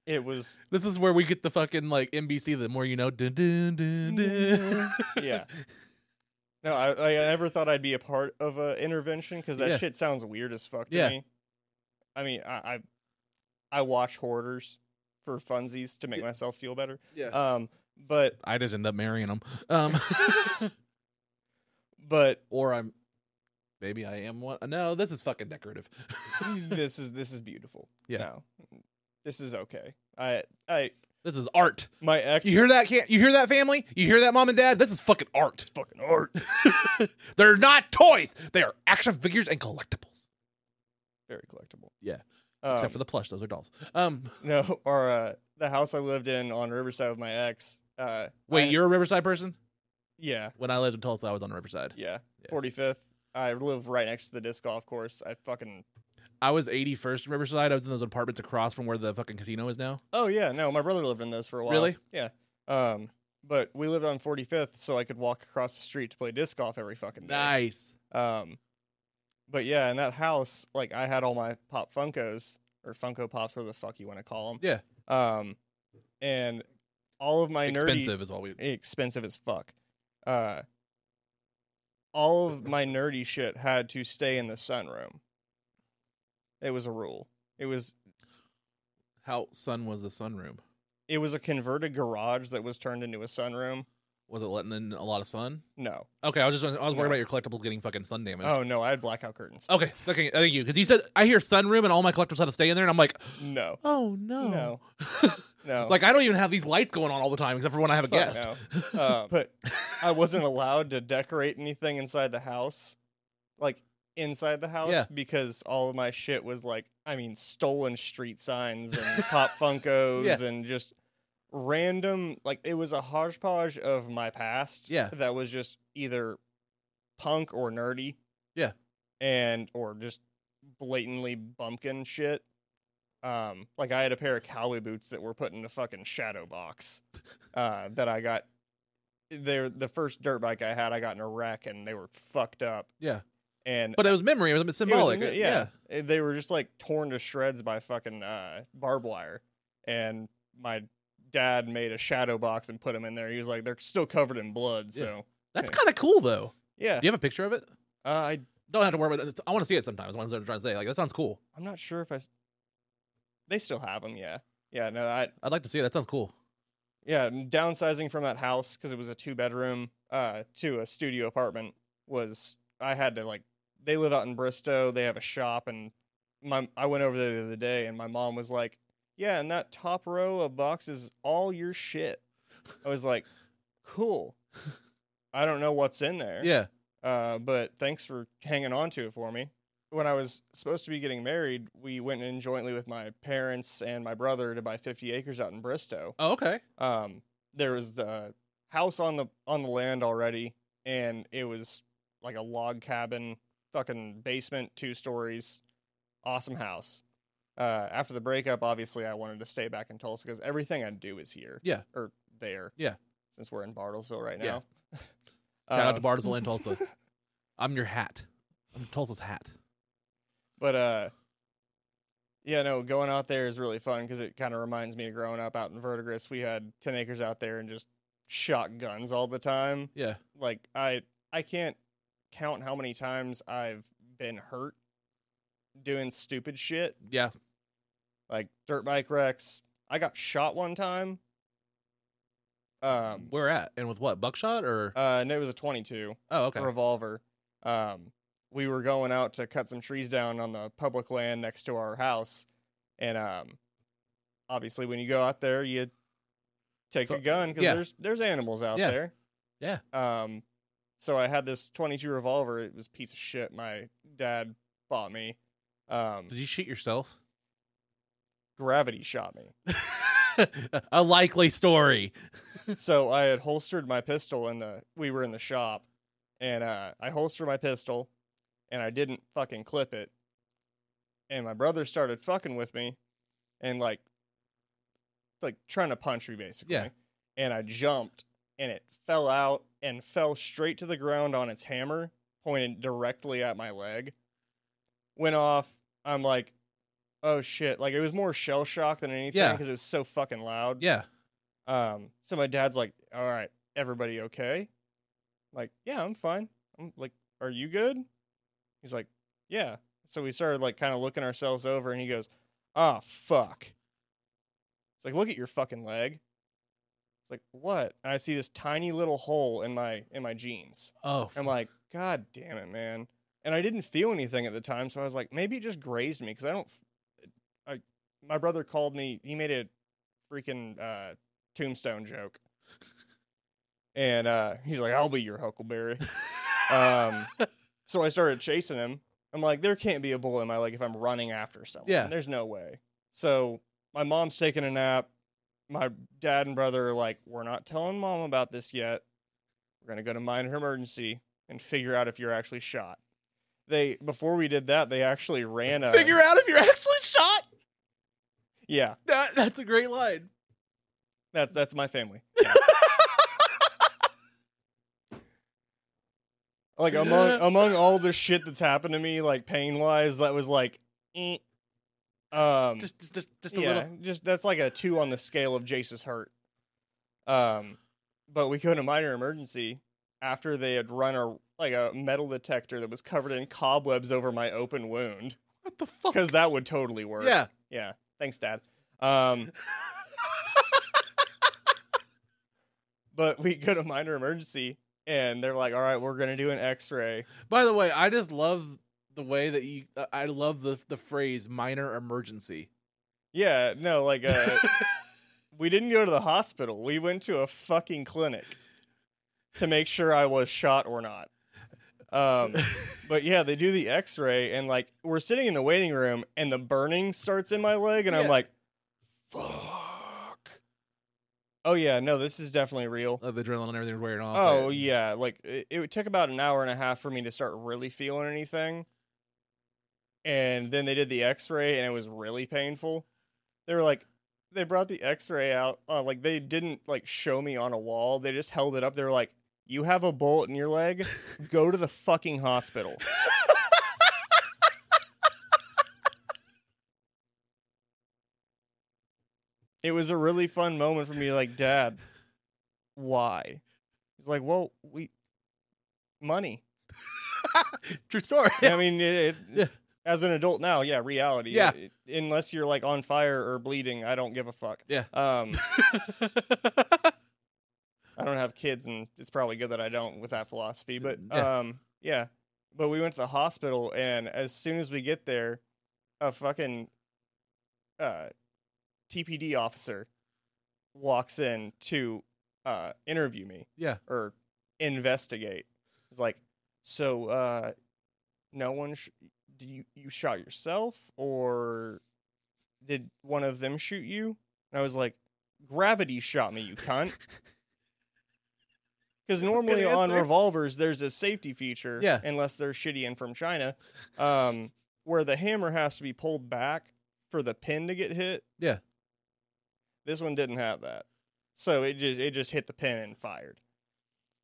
Speaker 1: It was
Speaker 2: This is where we get the fucking like NBC. The more you know. Dun, dun, dun, dun.
Speaker 1: yeah. No, I, I never thought I'd be a part of an intervention because that
Speaker 2: Yeah.
Speaker 1: shit sounds weird as fuck to
Speaker 2: Yeah.
Speaker 1: me. I mean, I, I I watch hoarders for funsies to make
Speaker 2: Yeah.
Speaker 1: myself feel better.
Speaker 2: Yeah.
Speaker 1: Um, but
Speaker 2: I just end up marrying him. Um,
Speaker 1: but
Speaker 2: or I'm. Maybe I am one. No, this is fucking decorative.
Speaker 1: this is this is beautiful.
Speaker 2: Yeah.
Speaker 1: No, this is okay. I I
Speaker 2: this is art.
Speaker 1: my ex
Speaker 2: You hear that? Can't you hear that, family? You hear that, mom and dad? This is fucking art.
Speaker 1: fucking art.
Speaker 2: They're not toys. They are action figures and collectibles.
Speaker 1: Very collectible.
Speaker 2: Yeah.
Speaker 1: Um,
Speaker 2: Except for the plush; those are dolls. Um,
Speaker 1: no, or uh, the house I lived in on Riverside with my ex. Uh,
Speaker 2: wait,
Speaker 1: I-
Speaker 2: you're a Riverside person?
Speaker 1: yeah.
Speaker 2: When I lived in Tulsa, I was on Riverside.
Speaker 1: Yeah,
Speaker 2: Yeah.
Speaker 1: forty fifth. I live right next to the disc golf course. I fucking
Speaker 2: I was 81st in Riverside. I was in those apartments across from where the fucking casino is now.
Speaker 1: oh yeah no, my brother lived in those for a while.
Speaker 2: Really?
Speaker 1: Yeah. Um, but we lived on forty fifth, so I could walk across the street to play disc golf every fucking day.
Speaker 2: Nice.
Speaker 1: Um, but yeah, in that house, like I had all my Pop Funkos or Funko Pops, whatever the fuck you want to call them.
Speaker 2: Yeah.
Speaker 1: Um, and all of my nerdy
Speaker 2: Expensive is what we.
Speaker 1: expensive as fuck. Uh, all of my nerdy shit had to stay in the sunroom. It was a rule. It was
Speaker 2: How sun was the sunroom?
Speaker 1: it was a converted garage that was turned into a sunroom.
Speaker 2: Was it letting in a lot of sun?
Speaker 1: No.
Speaker 2: Okay, I was just I was
Speaker 1: No.
Speaker 2: worried about your collectible getting fucking sun damage.
Speaker 1: Oh no, I had blackout curtains.
Speaker 2: Okay, okay, thank you. Because you said I hear sunroom and all my collectibles had to stay in there, and I'm like,
Speaker 1: No.
Speaker 2: oh no,
Speaker 1: No. No.
Speaker 2: like I don't even have these lights going on all the time except for when I have a
Speaker 1: Oh. Fuck
Speaker 2: guest.
Speaker 1: no. Uh, but I wasn't allowed to decorate anything inside the house, like inside the house,
Speaker 2: Yeah.
Speaker 1: because all of my shit was like, I mean, stolen street signs and pop Funkos
Speaker 2: Yeah.
Speaker 1: and just random. Like it was a hodgepodge of my past.
Speaker 2: Yeah.
Speaker 1: that was just either punk or nerdy.
Speaker 2: Yeah.
Speaker 1: and or just blatantly bumpkin shit. Um, like I had a pair of cowboy boots that were put in a fucking shadow box uh, that I got. They're the first dirt bike I had. I got in a wreck and they were fucked up.
Speaker 2: Yeah.
Speaker 1: and
Speaker 2: But it was memory. It was
Speaker 1: it was
Speaker 2: symbolic.
Speaker 1: ama-
Speaker 2: yeah.
Speaker 1: Uh, they were just like torn to shreds by fucking uh, barbed wire. And my dad made a shadow box and put them in there. He was like, they're still covered in blood.
Speaker 2: Yeah.
Speaker 1: So
Speaker 2: that's
Speaker 1: Okay.
Speaker 2: kind of cool though.
Speaker 1: yeah,
Speaker 2: Do you have a picture of it?
Speaker 1: uh, I
Speaker 2: Don't have to worry about it. I want to see it sometimes. What I'm trying to say, like that sounds cool.
Speaker 1: I'm not sure if I. s- They still have them. Yeah, yeah. No, I
Speaker 2: I'd like to see it. That sounds cool.
Speaker 1: yeah, and downsizing from that house because it was a two bedroom uh, to a studio apartment was I had to like they live out in Bristow, they have a shop, and my I went over there the other day, and my mom was like, "Yeah, and that top row of boxes, all your shit." I was like, "Cool." I don't know what's in there
Speaker 2: Yeah,
Speaker 1: uh, but thanks for hanging on to it for me. When I was supposed to be getting married, we went in jointly with my parents and my brother to buy 50 acres out in Bristow.
Speaker 2: Oh, okay.
Speaker 1: Um, there was the house on the on the land already, and it was like a log cabin, fucking basement, two stories, awesome house. Uh, after the breakup, obviously, I wanted to stay back in Tulsa because everything I do is here.
Speaker 2: Yeah.
Speaker 1: or there.
Speaker 2: Yeah.
Speaker 1: since we're in Bartlesville right
Speaker 2: Yeah.
Speaker 1: now.
Speaker 2: Shout out to
Speaker 1: Um,
Speaker 2: Bartlesville and Tulsa. I'm your hat. I'm Tulsa's hat.
Speaker 1: But uh yeah, no, going out there is really fun because it kind of reminds me of growing up out in Vertigris. We had ten acres out there and just shot guns all the time.
Speaker 2: Yeah,
Speaker 1: Like I I can't count how many times I've been hurt doing stupid shit.
Speaker 2: yeah.
Speaker 1: Like dirt bike wrecks. I got shot one time. Um
Speaker 2: Where at and with what buckshot or?
Speaker 1: uh and it was a twenty two.
Speaker 2: oh, okay.
Speaker 1: revolver. Um, we were going out to cut some trees down on the public land next to our house, and um, obviously, when you go out there, you take a
Speaker 2: Fu-
Speaker 1: gun because
Speaker 2: yeah.
Speaker 1: there's there's animals out
Speaker 2: Yeah.
Speaker 1: there.
Speaker 2: Yeah.
Speaker 1: Um, so I had this 22 revolver. It was a piece of shit. My dad bought me. Um,
Speaker 2: Did you shoot yourself?
Speaker 1: gravity shot me.
Speaker 2: a likely story.
Speaker 1: so I had holstered my pistol in the we were in the shop and uh I holstered my pistol and I didn't fucking clip it. And my brother started fucking with me and like like trying to punch me basically.
Speaker 2: Yeah.
Speaker 1: And I jumped and it fell out and fell straight to the ground on its hammer, pointed directly at my leg. Went off. I'm like, oh shit. Like it was more shell shock than anything
Speaker 2: Yeah.
Speaker 1: because it was so fucking loud.
Speaker 2: Yeah.
Speaker 1: Um, so my dad's like, "All right, everybody okay?" I'm like, "Yeah, I'm fine." I'm like, "Are you good?" He's like, "Yeah." So we started like kind of looking ourselves over, and he goes, "Ah, fuck." It's like, "Look at your fucking leg." It's like, "What?" And I see this tiny little hole in my in my jeans.
Speaker 2: Oh,
Speaker 1: I'm like, God damn it, man. And I didn't feel anything at the time, so I was like, maybe it just grazed me because I don't. f- I, my brother called me. He made a freaking uh, tombstone joke, and uh, he's like, "I'll be your huckleberry." um, so I started chasing him. I'm like, there can't be a bullet in my leg if I'm running after someone.
Speaker 2: Yeah.
Speaker 1: there's no way. So my mom's taking a nap. My dad and brother are like, "We're not telling mom about this yet. We're gonna go to minor emergency and figure out if you're actually shot." They before we did that, they actually ran a
Speaker 2: figure out if you're actually shot.
Speaker 1: yeah.
Speaker 2: That, that's a great line.
Speaker 1: That's that's my family. like among among all the shit that's happened to me, like pain wise, that was like, eh. um,
Speaker 2: Just, just, just, just a
Speaker 1: yeah,
Speaker 2: little.
Speaker 1: just that's like a two on the scale of Jace's hurt. Um, but we go to minor emergency after they had run a like a metal detector that was covered in cobwebs over my open wound
Speaker 2: What the fuck?
Speaker 1: because that would totally work.
Speaker 2: Yeah.
Speaker 1: Yeah. Thanks, Dad. Um, But we go to minor emergency and they're like, all right, we're going to do an x ray.
Speaker 2: By the way, I just love the way that you. uh, I love the the phrase "minor emergency."
Speaker 1: Yeah, no, like, uh, we didn't go to the hospital. We went to a fucking clinic to make sure I was shot or not. Um, but yeah, they do the x ray and like, we're sitting in the waiting room and the burning starts in my leg and I'm
Speaker 2: Yeah.
Speaker 1: like, fuck. Oh, yeah, no, this is definitely real.
Speaker 2: Uh, the adrenaline and everything was wearing off.
Speaker 1: Oh
Speaker 2: I-
Speaker 1: yeah, like it, it took about an hour and a half for me to start really feeling anything. And then they did the X-ray, and it was really painful. They were like, they brought the X-ray out, uh, like they didn't like show me on a wall. They just held it up. They were like, "You have a bullet in your leg. Go to the fucking hospital." it was a really fun moment for me. Like, Dad, why? He's like, well, we money.
Speaker 2: True story.
Speaker 1: I mean, it, it-
Speaker 2: Yeah.
Speaker 1: as an adult now, yeah, reality.
Speaker 2: Yeah.
Speaker 1: It- unless you're like on fire or bleeding, I don't give a fuck.
Speaker 2: Yeah.
Speaker 1: Um, I don't have kids, and it's probably good that I don't with that philosophy. But
Speaker 2: Yeah.
Speaker 1: um, yeah. But we went to the hospital, and as soon as we get there, a fucking uh, TPD officer walks in to uh, interview me.
Speaker 2: Yeah.
Speaker 1: Or investigate. It's like, so uh, no one. Sh- do you you shot yourself, or did one of them shoot you? And I was like, gravity shot me, you cunt. Because normally on
Speaker 2: answer.
Speaker 1: revolvers, there's a safety feature,
Speaker 2: Yeah.
Speaker 1: unless they're shitty and from China, um, where the hammer has to be pulled back for the pin to get hit.
Speaker 2: Yeah.
Speaker 1: This one didn't have that, so it just it just hit the pin and fired.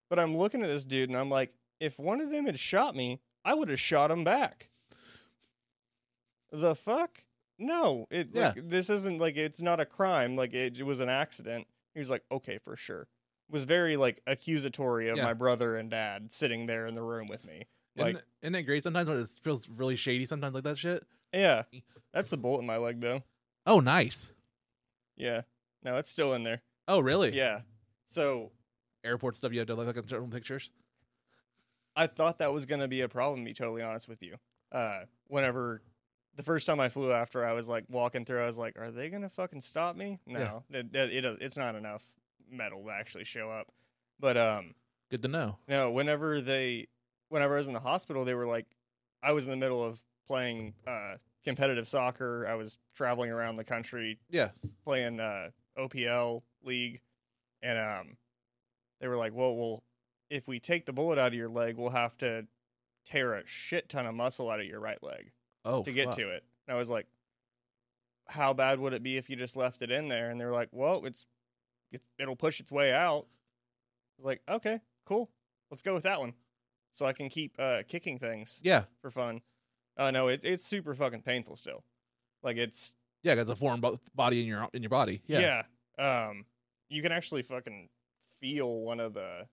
Speaker 1: But I'm looking at this dude and I'm like, if one of them had shot me, I would have shot him back. The fuck? No, it like this isn't like it's not a crime. Like it, it was an accident. He was like, okay, for sure. Was very like accusatory of
Speaker 2: Yeah.
Speaker 1: my brother and dad sitting there in the room with me. Like,
Speaker 2: isn't, isn't it great sometimes when it feels really shady? Sometimes like that shit.
Speaker 1: yeah, that's the bullet in my leg though.
Speaker 2: Oh, nice.
Speaker 1: Yeah, no, it's still in there.
Speaker 2: Oh, really?
Speaker 1: Yeah, so
Speaker 2: Airport stuff you have to look at certain pictures.
Speaker 1: I thought that was gonna be a problem. To be totally honest with you, uh, whenever the first time I flew after, I was like walking through. I was like, "Are they gonna fucking stop me?" No, it, it, it- it's not enough metal to actually show up. But um,
Speaker 2: Good to know.
Speaker 1: no, whenever they, whenever I was in the hospital, they were like, I was in the middle of playing uh, competitive soccer. I was traveling around the country
Speaker 2: Yeah.
Speaker 1: playing uh OPL league and um they were like, "Well, well, if we take the bullet out of your leg, we'll have to tear a shit ton of muscle out of your right leg
Speaker 2: Oh,
Speaker 1: to get
Speaker 2: fuck.
Speaker 1: to it." And I was like, "How bad would it be if you just left it in there?" And they were like, "Well, it's it, it'll push its way out." I was like, "Okay, cool. Let's go with that one." So I can keep uh kicking things
Speaker 2: Yeah.
Speaker 1: for fun. Uh no, it, it's super fucking painful still. Like it's
Speaker 2: Yeah, because a foreign bo- body in your in your body. Yeah.
Speaker 1: yeah. Um, you can actually fucking feel one of the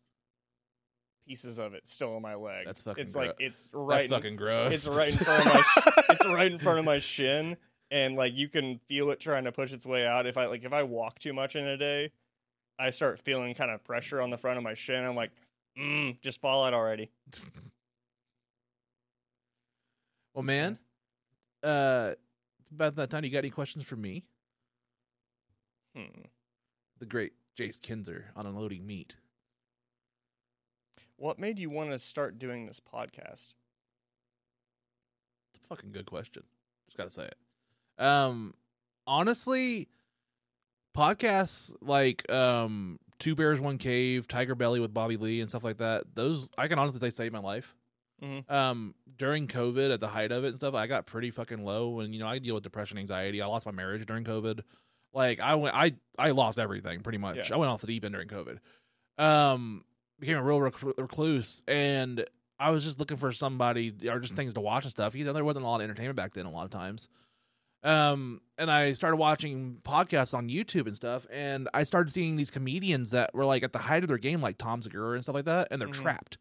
Speaker 1: pieces of it still in my leg.
Speaker 2: That's fucking
Speaker 1: It's like
Speaker 2: gro-
Speaker 1: it's right.
Speaker 2: That's fucking gross.
Speaker 1: in, it's right in front of my. sh- it's right in front of my shin, and like you can feel it trying to push its way out. If I like, if I walk too much in a day, I start feeling kind of pressure on the front of my shin. I'm like, mm, just fall out already.
Speaker 2: Well, man, uh, it's about that time. You got any questions for me?
Speaker 1: Hmm.
Speaker 2: The great Jace Kinzer on unloading meat.
Speaker 1: What made you want to start doing this podcast?
Speaker 2: It's a fucking good question. Just gotta say it. Um, honestly, podcasts like um Two Bears One Cave, Tiger Belly with Bobby Lee and stuff like that. Those I can honestly say saved my life.
Speaker 1: Mhm.
Speaker 2: Um, during COVID, at the height of it and stuff, I got pretty fucking low, and you know I deal with depression, anxiety. I lost my marriage during COVID. Like I went, I I lost everything pretty much.
Speaker 1: Yeah.
Speaker 2: I went off the deep end during COVID. Um, became a real rec- recluse, and I was just looking for somebody or just things to watch and stuff. You know, there wasn't a lot of entertainment back then. A lot of times, um, and I started watching podcasts on YouTube and stuff, and I started seeing these comedians that were like at the height of their game, like Tom Segura and stuff like that, and they're
Speaker 1: Mhm.
Speaker 2: trapped.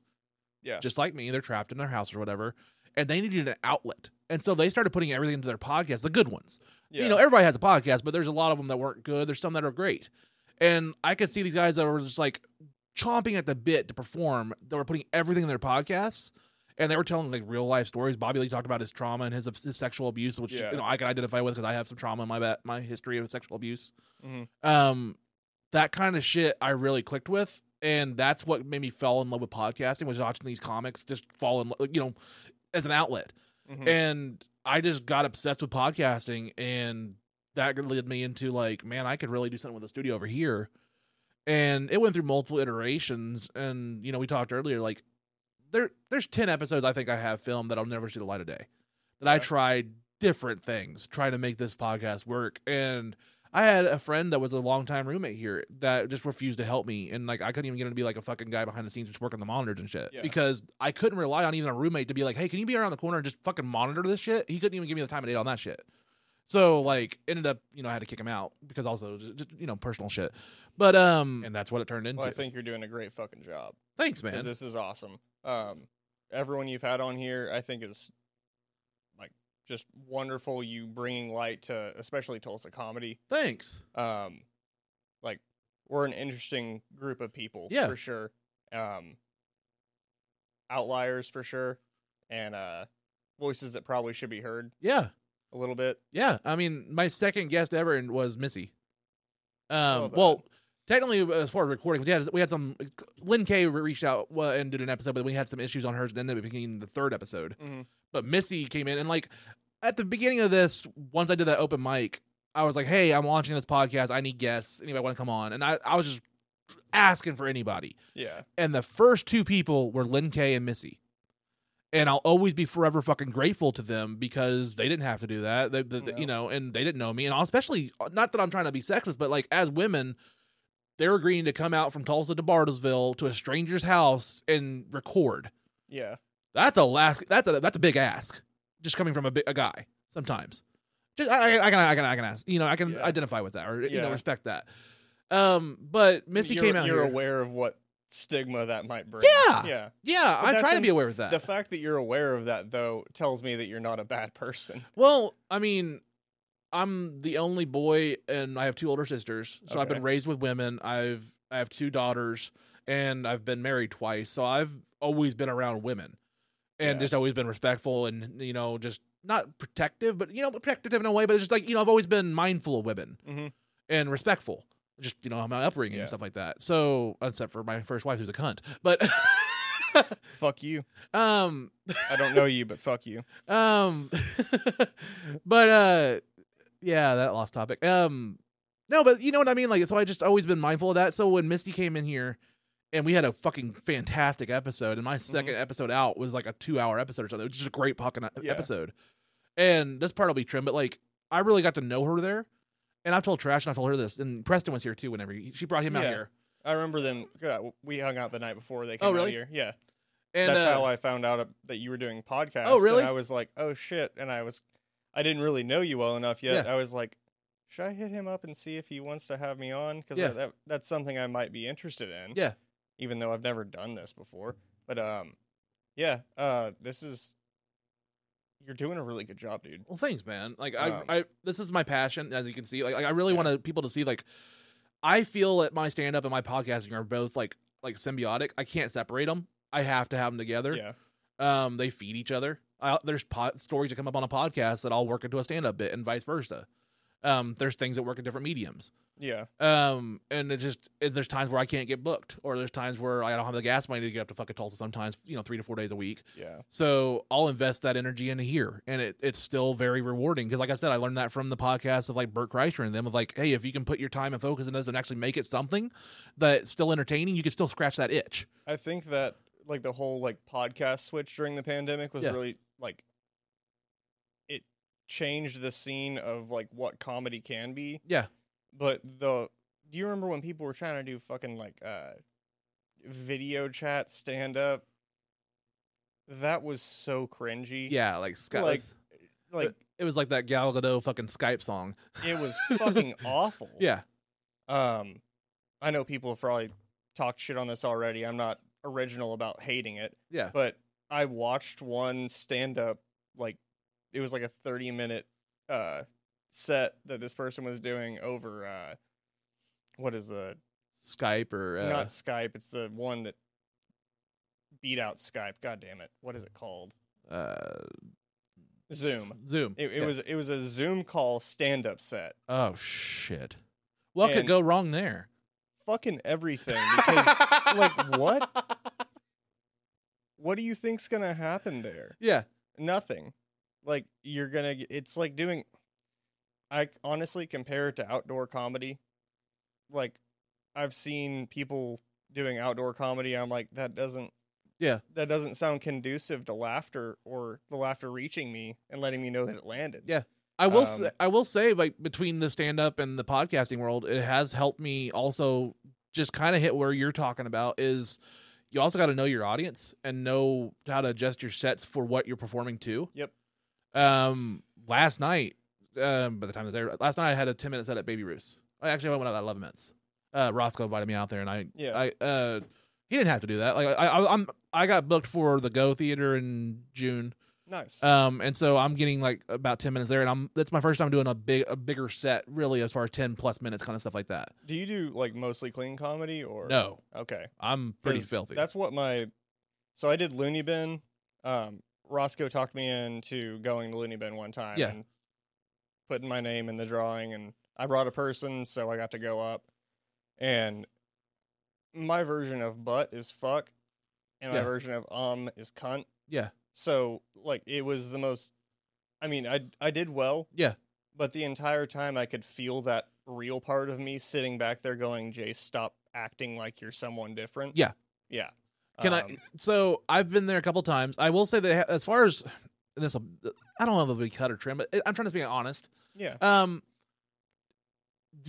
Speaker 1: Yeah.
Speaker 2: just like me, they're trapped in their house or whatever, and they needed an outlet, and so they started putting everything into their podcast, the good ones. You know, everybody has a podcast, but there's a lot of them that weren't good. There's some that are great. And I could see these guys that were just like chomping at the bit to perform, that were putting everything in their podcasts. And they were telling like real life stories. Bobby Lee talked about his trauma and his, his sexual abuse, which
Speaker 1: Yeah.
Speaker 2: you know I can identify with because I have some trauma in my ba- my history of sexual abuse.
Speaker 1: Mhm.
Speaker 2: Um, that kind of shit I really clicked with, and that's what made me fall in love with podcasting was watching these comics just fall in, lo- you know, as an outlet
Speaker 1: Mhm.
Speaker 2: and I just got obsessed with podcasting, and that led me into like, man, I could really do something with the studio over here. And it went through multiple iterations, and you know, we talked earlier, like there there's ten episodes I think I have filmed that I'll never see the light of day. That I
Speaker 1: Okay.
Speaker 2: tried different things trying to make this podcast work, and I had a friend that was a longtime roommate here that just refused to help me, and like I couldn't even get him to be like a fucking guy behind the scenes just working the monitors and shit
Speaker 1: Yeah.
Speaker 2: because I couldn't rely on even a roommate to be like, "Hey, can you be around the corner and just fucking monitor this shit?" He couldn't even give me the time of day on that shit. So like ended up, you know, I had to kick him out because also just, just you know personal shit. But um, and that's what it turned into.
Speaker 1: Well, I think you're doing a great fucking job.
Speaker 2: Thanks,
Speaker 1: 'cause
Speaker 2: man.
Speaker 1: this is awesome. Um, everyone you've had on here, I think, is like just wonderful. You bringing light to, especially Tulsa comedy.
Speaker 2: Thanks.
Speaker 1: Um, like we're an interesting group of people,
Speaker 2: Yeah.
Speaker 1: for sure. Um, outliers for sure, and uh, voices that probably should be heard
Speaker 2: Yeah,
Speaker 1: a little bit.
Speaker 2: yeah. I mean, my second guest ever and was Missy. Um,
Speaker 1: Love that.
Speaker 2: well, technically uh, as far as recording, we had we had some. Lynn K reached out well, and did an episode, but we had some issues on hers. Then it became the third episode.
Speaker 1: Mhm.
Speaker 2: but Missy came in and like at the beginning of this, once I did that open mic, I was like, "Hey, I'm launching this podcast. I need guests. Anybody want to come on?" And I, I was just asking for anybody.
Speaker 1: Yeah,
Speaker 2: And the first two people were Lynn K and Missy. And I'll always be forever fucking grateful to them because they didn't have to do that. They, they-
Speaker 1: No.
Speaker 2: You know, and they didn't know me. And I'll especially, not that I'm trying to be sexist, but like as women, they're agreeing to come out from Tulsa to Bartlesville to a stranger's house and record
Speaker 1: yeah,
Speaker 2: that's a last that's a that's a big ask just coming from a, bi- a guy sometimes just I, I, I can I can I can ask you know I can
Speaker 1: Yeah.
Speaker 2: identify with that or you know
Speaker 1: Yeah.
Speaker 2: respect that um but Missy
Speaker 1: you're,
Speaker 2: came out
Speaker 1: You're
Speaker 2: here
Speaker 1: aware of what stigma that might bring.
Speaker 2: Yeah. Uh,
Speaker 1: yeah.
Speaker 2: yeah
Speaker 1: But
Speaker 2: I
Speaker 1: that's
Speaker 2: try to
Speaker 1: in-
Speaker 2: be aware of that
Speaker 1: The fact that you're aware of that though tells me that you're not a bad person.
Speaker 2: well I mean I'm the only boy and I have two older sisters so I've
Speaker 1: Okay.
Speaker 2: been raised with women I've I have two daughters and I've been married twice so I've always been around women and
Speaker 1: Yeah.
Speaker 2: just always been respectful and you know just not protective but you know protective in a way but it's just like you know I've always been mindful of women
Speaker 1: Mm-hmm.
Speaker 2: and respectful. Just you know my upbringing
Speaker 1: Yeah.
Speaker 2: and stuff like that. So except for my first wife, who's a cunt, but
Speaker 1: Fuck you.
Speaker 2: um
Speaker 1: I don't know you, but fuck you.
Speaker 2: um, but uh, yeah, that lost topic. Um, no, but you know what I mean. Like, so I just always been mindful of that. So when Misty came in here, and we had a fucking fantastic episode, and my
Speaker 1: Mm-hmm.
Speaker 2: 2nd episode out was like a two hour episode or something. It was just a great fucking e-
Speaker 1: Yeah.
Speaker 2: episode. And this part will be trim, but like I really got to know her there. And I've told Trash and I've told her this, and Preston was here too. Whenever he, she brought him out
Speaker 1: Yeah.
Speaker 2: here,
Speaker 1: I remember them. God, we hung out the night before they came
Speaker 2: Oh, really?
Speaker 1: out here. Yeah,
Speaker 2: and
Speaker 1: that's
Speaker 2: uh,
Speaker 1: how I found out uh, that you were doing podcasts.
Speaker 2: Oh, really?
Speaker 1: And I was like, oh shit, and I was, I didn't really know you well enough yet.
Speaker 2: Yeah.
Speaker 1: I was like, should I hit him up and see if he wants to have me on? Because
Speaker 2: Yeah.
Speaker 1: that, that's something I might be interested in.
Speaker 2: Yeah.
Speaker 1: Even though I've never done this before, but um, yeah, uh, this is. You're doing a really good job, dude.
Speaker 2: Well, thanks, man. Like
Speaker 1: Um,
Speaker 2: I, I, this is my passion, as you can see. Like, like, I really
Speaker 1: Yeah.
Speaker 2: want to, people to see. Like, I feel that my stand up and my podcasting are both like like symbiotic. I can't separate them. I have to have them together.
Speaker 1: Yeah.
Speaker 2: Um, they feed each other. I, there's po- stories that come up on a podcast that I'll work into a stand up bit, and vice versa. Um, there's things that work in different mediums.
Speaker 1: Yeah.
Speaker 2: Um, and it just and there's times where I can't get booked, or there's times where I don't have the gas money to get up to fucking Tulsa. Sometimes, you know, three to four days a week.
Speaker 1: Yeah.
Speaker 2: So I'll invest that energy into here, and it, it's still very rewarding because, like I said, I learned that from the podcast of like Burt Kreischer and them of like, hey, if you can put your time and focus into this and actually make it something that's still entertaining, you can still scratch that itch.
Speaker 1: I think that like the whole like podcast switch during the pandemic was
Speaker 2: Yeah.
Speaker 1: really like it changed the scene of like what comedy can be.
Speaker 2: Yeah.
Speaker 1: But the do you remember when people were trying to do fucking like uh video chat stand up? That was so cringy.
Speaker 2: Yeah, like Sky,
Speaker 1: Like- Like
Speaker 2: it was like that Gal Gadot fucking Skype song.
Speaker 1: it was fucking awful.
Speaker 2: Yeah,
Speaker 1: Um I know people have probably talked shit on this already. I'm not original about hating it.
Speaker 2: yeah,
Speaker 1: but I watched one stand up like it was like a 30 minute uh set that this person was doing over uh what is the
Speaker 2: Skype or uh,
Speaker 1: not Skype? It's the one that beat out Skype. God damn it! What is it called?
Speaker 2: uh,
Speaker 1: Zoom.
Speaker 2: Zoom.
Speaker 1: It, it
Speaker 2: Yeah.
Speaker 1: was it was a Zoom call stand up set.
Speaker 2: Oh shit! What could
Speaker 1: And-
Speaker 2: go wrong there?
Speaker 1: Fucking everything because like, what? what do you think's gonna happen there?
Speaker 2: Yeah.
Speaker 1: nothing. Like you're gonna, g- it's like doing. I c- honestly compare it to outdoor comedy. Like, I've seen people doing outdoor comedy. I'm like, that doesn't.
Speaker 2: Yeah.
Speaker 1: That doesn't sound conducive to laughter or the laughter reaching me and letting me know that it landed.
Speaker 2: Yeah. I will say,
Speaker 1: Um,
Speaker 2: I will say like between the stand up and the podcasting world, it has helped me also just kind of hit where you're talking about is you also got to know your audience and know how to adjust your sets for what you're performing to.
Speaker 1: Yep.
Speaker 2: Um last night, um by the time this aired, last night I had a 10 minute set at Baby Roos. I actually I went out at 11 minutes. Uh Roscoe invited me out there and I
Speaker 1: Yeah.
Speaker 2: I uh he didn't have to do that. Like I, I I'm I got booked for the Go Theater in June
Speaker 1: Nice.
Speaker 2: um, and so I'm getting like about ten minutes there, and I'm that's my first time doing a big a bigger set, really, as far as ten plus minutes kind of stuff like that.
Speaker 1: do you do like mostly clean comedy or
Speaker 2: No,
Speaker 1: Okay.
Speaker 2: I'm pretty
Speaker 1: 'Cause
Speaker 2: filthy.
Speaker 1: That's what my. So I did Looney Bin. Um, Roscoe talked me into going to Looney Bin one time
Speaker 2: Yeah.
Speaker 1: and putting my name in the drawing, and I brought a person, so I got to go up. And my version of butt is fuck, and my
Speaker 2: Yeah.
Speaker 1: version of um is cunt.
Speaker 2: yeah,
Speaker 1: So like it was the most. I mean, I I did well.
Speaker 2: Yeah.
Speaker 1: But the entire time I could feel that real part of me sitting back there going, Jay, stop acting like you're someone different.
Speaker 2: Yeah.
Speaker 1: Yeah.
Speaker 2: can
Speaker 1: Um,
Speaker 2: I? So I've been there a couple times. I will say that as far as this, I don't have a big cut or trim, but I'm trying to be honest.
Speaker 1: Yeah.
Speaker 2: Um,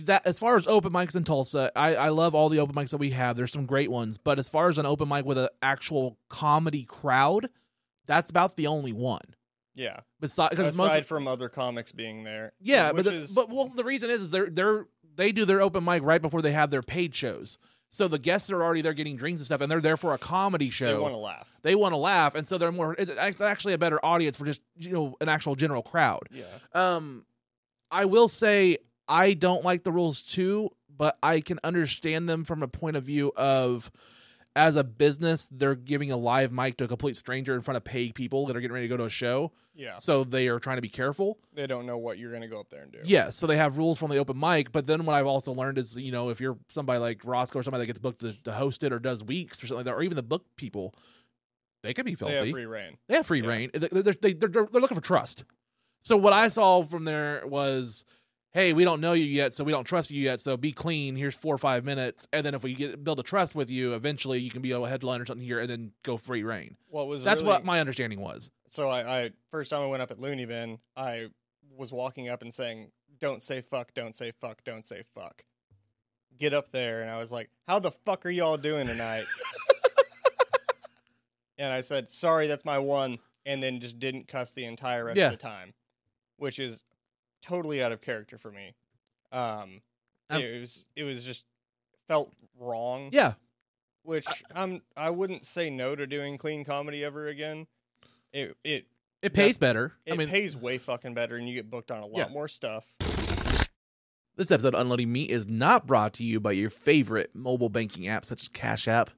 Speaker 2: that as far as open mics in Tulsa, I I love all the open mics that we have. There's some great ones, but as far as an open mic with an actual comedy crowd, that's about the only one.
Speaker 1: Yeah.
Speaker 2: Besides, because most
Speaker 1: Aside from other comics being there.
Speaker 2: Yeah, but
Speaker 1: which
Speaker 2: the,
Speaker 1: is-
Speaker 2: but well, the reason is they're they're they do their open mic right before they have their paid shows. So the guests are already there getting drinks and stuff, and they're there for a comedy
Speaker 1: they want
Speaker 2: show.
Speaker 1: to laugh.
Speaker 2: They want to laugh, and so they're more. It's act- actually a better audience for just you know an actual general crowd.
Speaker 1: Yeah.
Speaker 2: Um, I will say I don't like the rules too, but I can understand them from a point of view of as a business, they're giving a live mic to a complete stranger in front of paid people that are getting ready to go to a show,
Speaker 1: Yeah.
Speaker 2: so they are trying to be careful.
Speaker 1: They don't know what you're going to go up there and do.
Speaker 2: Yeah, so they have rules from the open mic, but then what I've also learned is, you know, if you're somebody like Roscoe or somebody that gets booked to, to host it or does weeks or something like that, or even the book people, they could be
Speaker 1: They have
Speaker 2: filthy.
Speaker 1: free reign.
Speaker 2: They have free
Speaker 1: Yeah.
Speaker 2: reign. They- They're, they're, they're, they're looking for trust. So what I saw from there was, hey, we don't know you yet, so we don't trust you yet. So be clean. Here's four or five minutes, and then if we get build a trust with you, eventually you can be a headline or something here, and then go free reign.
Speaker 1: What was
Speaker 2: That's
Speaker 1: really-
Speaker 2: what my understanding was.
Speaker 1: so I, I first time I went up at Looney Bin, I was walking up and saying, "Don't say fuck, don't say fuck, don't say fuck." Get up there, and I was like, "How the fuck are y'all doing tonight?" and I said, "Sorry, that's my one," and then just didn't cuss the entire rest
Speaker 2: Yeah.
Speaker 1: of the time, which is totally out of character for me. Um,
Speaker 2: Um,
Speaker 1: it was it was just felt wrong
Speaker 2: Yeah,
Speaker 1: which I'm I wouldn't say no to doing clean comedy ever again. It it
Speaker 2: it pays better.
Speaker 1: it
Speaker 2: I mean,
Speaker 1: pays way fucking better, and you get booked on a lot
Speaker 2: Yeah.
Speaker 1: more stuff.
Speaker 2: This episode of Unloading Me is not brought to you by your favorite mobile banking app such as Cash App.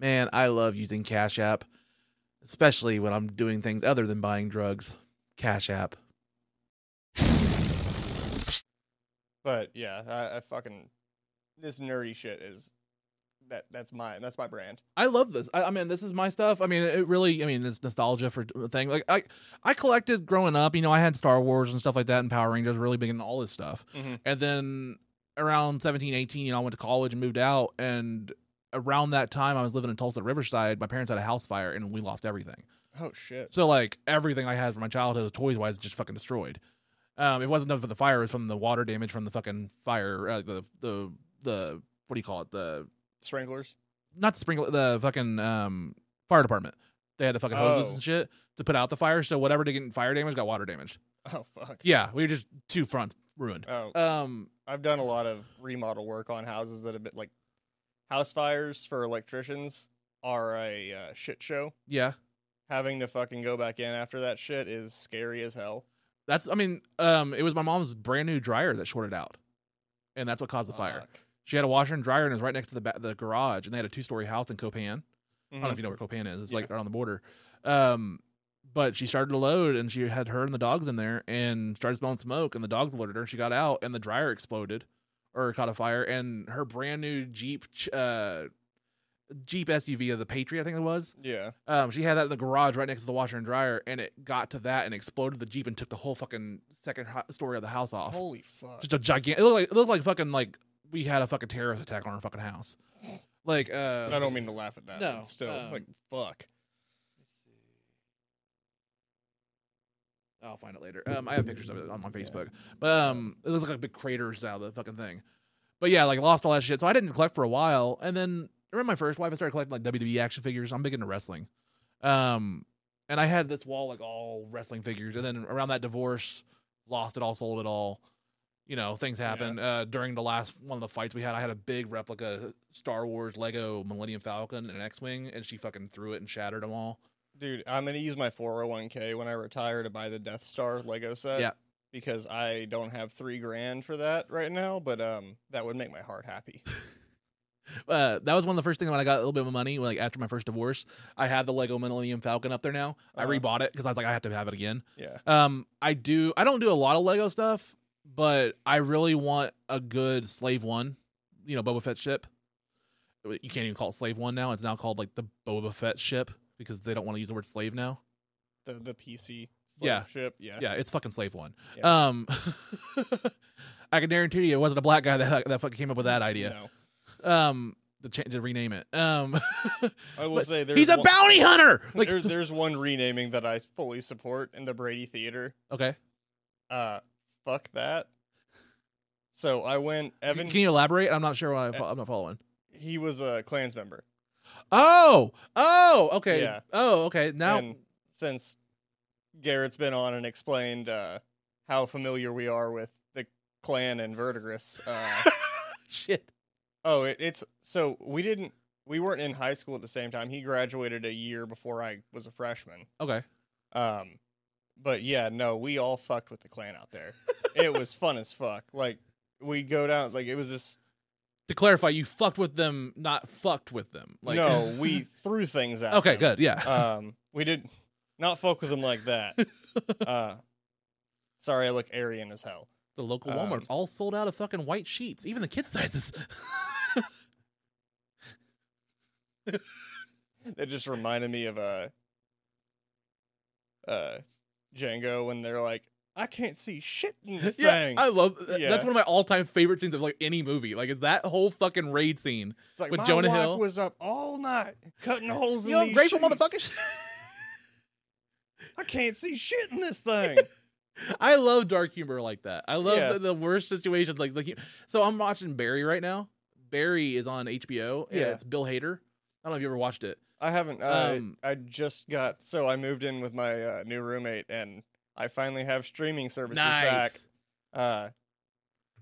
Speaker 2: Man, I love using Cash App, especially when I'm doing things other than buying drugs. Cash App.
Speaker 1: But yeah, I, I fucking this nerdy shit is that that's my that's my brand.
Speaker 2: I love this. I, I mean, this is my stuff. I mean, it really. I mean, it's nostalgia for a thing. Like I, I collected growing up. You know, I had Star Wars and stuff like that, and Power Rangers. Really big into all this stuff.
Speaker 1: Mhm.
Speaker 2: And then around 17, 18, you know, I went to college and moved out. And around that time, I was living in Tulsa Riverside. My parents had a house fire, and we lost everything.
Speaker 1: Oh shit!
Speaker 2: So like everything I had from my childhood, toys wise, just fucking destroyed. Um, it wasn't from the fire; it was from the water damage from the fucking fire. Uh, the the the what do you call it? The
Speaker 1: Sprinklers.
Speaker 2: not the sprinkler, the fucking um fire department. They had the fucking hoses
Speaker 1: Oh.
Speaker 2: and shit to put out the fire. So whatever didn't get fire damage got water damaged.
Speaker 1: Oh fuck.
Speaker 2: Yeah, we were just two fronts ruined.
Speaker 1: Oh,
Speaker 2: Um,
Speaker 1: I've done a lot of remodel work on houses that have been like house fires for electricians are a uh, shit show.
Speaker 2: yeah,
Speaker 1: Having to fucking go back in after that shit is scary as hell.
Speaker 2: that's. I mean, um, it was my mom's brand new dryer that shorted out, and that's what caused the fire.
Speaker 1: Fuck.
Speaker 2: She had a washer and dryer, and it was right next to the ba- the garage, and they had a two story house in Copan. I don't know
Speaker 1: Mhm.
Speaker 2: if you know where Copan is. It's like
Speaker 1: Yeah.
Speaker 2: right on the border. Um, but she started to load, and she had her and the dogs in there, and started smelling smoke, and the dogs alerted her. and She got out, and the dryer exploded, or caught a fire, and her brand new Jeep, ch- uh, Jeep SUV of the Patriot, I think it was.
Speaker 1: Yeah.
Speaker 2: Um, she had that in the garage right next to the washer and dryer, and it got to that and exploded the Jeep and took the whole fucking second ho- story of the house off.
Speaker 1: Holy fuck.
Speaker 2: Just a gigantic. It looked like it looked like fucking like we had a fucking terrorist attack on our fucking house. Like uh,
Speaker 1: I don't mean to laugh at that.
Speaker 2: No,
Speaker 1: but still,
Speaker 2: um,
Speaker 1: like fuck.
Speaker 2: I'll find it later. Um, I have pictures of it on my Facebook. But um, it looks like big craters out of the fucking thing. But yeah, like lost all that shit. So I didn't collect for a while, and then I remember my first wife. I started collecting like WWE action figures. I'm big into wrestling. Um, and I had this wall like all wrestling figures, and then around that divorce, lost it all, sold it all. You know, things happen. Uh, during the last one of the fights we had, I had a big replica Star Wars Lego Millennium Falcon and an X-wing, and she fucking threw it and shattered them all.
Speaker 1: Dude, I'm gonna use my 401k when I retire to buy the Death Star Lego set.
Speaker 2: Yeah.
Speaker 1: Because I don't have three grand for that right now, but um, that would make my heart happy.
Speaker 2: uh, that was one of the first things when I got a little bit of money, like after my first divorce. I have the Lego Millennium Falcon up there now. I
Speaker 1: Uh-huh.
Speaker 2: rebought it because I was like, I have to have it again.
Speaker 1: Yeah.
Speaker 2: Um, I do. I don't do a lot of Lego stuff, but I really want a good Slave One, you know, Boba Fett ship. You can't even call it Slave One now. It's now called like the Boba Fett ship because they don't want to use the word slave now.
Speaker 1: The the PC. slave
Speaker 2: Yeah.
Speaker 1: Ship. Yeah.
Speaker 2: Yeah, it's fucking Slave One.
Speaker 1: Yeah.
Speaker 2: Um, I can guarantee you, it wasn't a black guy that that fucking came up with that idea.
Speaker 1: No.
Speaker 2: Um, to, cha- to rename it. Um.
Speaker 1: I will
Speaker 2: But
Speaker 1: say there's
Speaker 2: He's a
Speaker 1: one,
Speaker 2: bounty hunter. Like,
Speaker 1: there's there's one renaming that I fully support in the Brady Theater.
Speaker 2: okay.
Speaker 1: Uh, fuck that. So I went. Evan,
Speaker 2: Can you elaborate? I'm not sure. What I fo- I'm not following.
Speaker 1: he was a Klansmember. member.
Speaker 2: Oh, oh, okay.
Speaker 1: Yeah.
Speaker 2: Oh, okay. Now,
Speaker 1: and since Garrett's been on and explained uh, how familiar we are with the clan and Verdigris, uh,
Speaker 2: shit.
Speaker 1: oh, it, it's so we didn't we weren't in high school at the same time. He graduated a year before I was a freshman.
Speaker 2: Okay.
Speaker 1: Um, but yeah, no, we all fucked with the clan out there. it was fun as fuck. Like we'd go down, like it was this.
Speaker 2: To clarify, you fucked with them, not fucked with them. Like,
Speaker 1: no, we threw things at.
Speaker 2: okay,
Speaker 1: them.
Speaker 2: good. Yeah.
Speaker 1: um, we did not fuck with them like that. Uh, sorry, I look Aryan as hell.
Speaker 2: the local
Speaker 1: um,
Speaker 2: Walmart's all sold out of fucking white sheets, even the kid sizes.
Speaker 1: It just reminded me of uh, uh, Django when they're like, "I can't see shit in this
Speaker 2: yeah,
Speaker 1: thing."
Speaker 2: I love. uh,
Speaker 1: Yeah.
Speaker 2: That's one of my all-time favorite scenes of like any movie. Like, is that whole fucking raid scene?
Speaker 1: it's like
Speaker 2: with
Speaker 1: my
Speaker 2: Jonah
Speaker 1: wife
Speaker 2: Hill.
Speaker 1: was up all night cutting holes in
Speaker 2: You know,
Speaker 1: these
Speaker 2: grateful
Speaker 1: sheets.
Speaker 2: motherfuckers.
Speaker 1: I can't see shit in this thing.
Speaker 2: I love dark humor like that. I love
Speaker 1: Yeah.
Speaker 2: the, the worst situations like like. So I'm watching Barry right now. Barry is on HBO. Yeah,
Speaker 1: Yeah.
Speaker 2: it's Bill Hader. I don't know if you ever watched it.
Speaker 1: I haven't. Uh,
Speaker 2: Um,
Speaker 1: I just got so I moved in with my uh, new roommate, and I finally have streaming services back. uh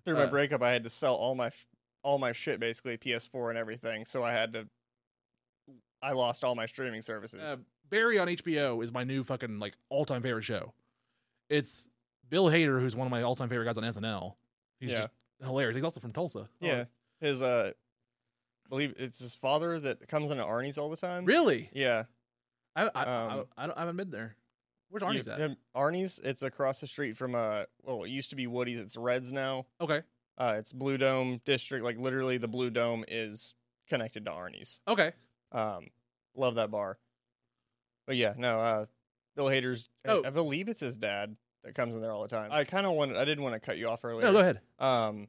Speaker 1: through my
Speaker 2: Uh,
Speaker 1: breakup i had to sell all my f- all my shit basically ps4 and everything so i had to i lost all my streaming services
Speaker 2: Uh, Barry on HBO is my new fucking like all time favorite show. It's Bill Hader, who's one of my all time favorite guys on SNL. He's
Speaker 1: Yeah.
Speaker 2: just hilarious. He's also from Tulsa.
Speaker 1: yeah his uh believe it's his father that comes into arnie's all the time
Speaker 2: really?
Speaker 1: yeah
Speaker 2: I I,
Speaker 1: Um,
Speaker 2: I, I, don't, I haven't been there. Where's
Speaker 1: You-
Speaker 2: Arnie's at?
Speaker 1: him- arnie's it's across the street from uh well it used to be woody's it's reds now
Speaker 2: Okay.
Speaker 1: uh it's blue dome district like literally the blue dome is connected to arnie's
Speaker 2: Okay.
Speaker 1: Um, love that bar. But yeah, no, uh, Bill Hader's. I-
Speaker 2: Oh.
Speaker 1: I, believe it's his dad that comes in there all the time. I kind of wanted. I didn't want to cut you off earlier.
Speaker 2: No, go ahead.
Speaker 1: Um,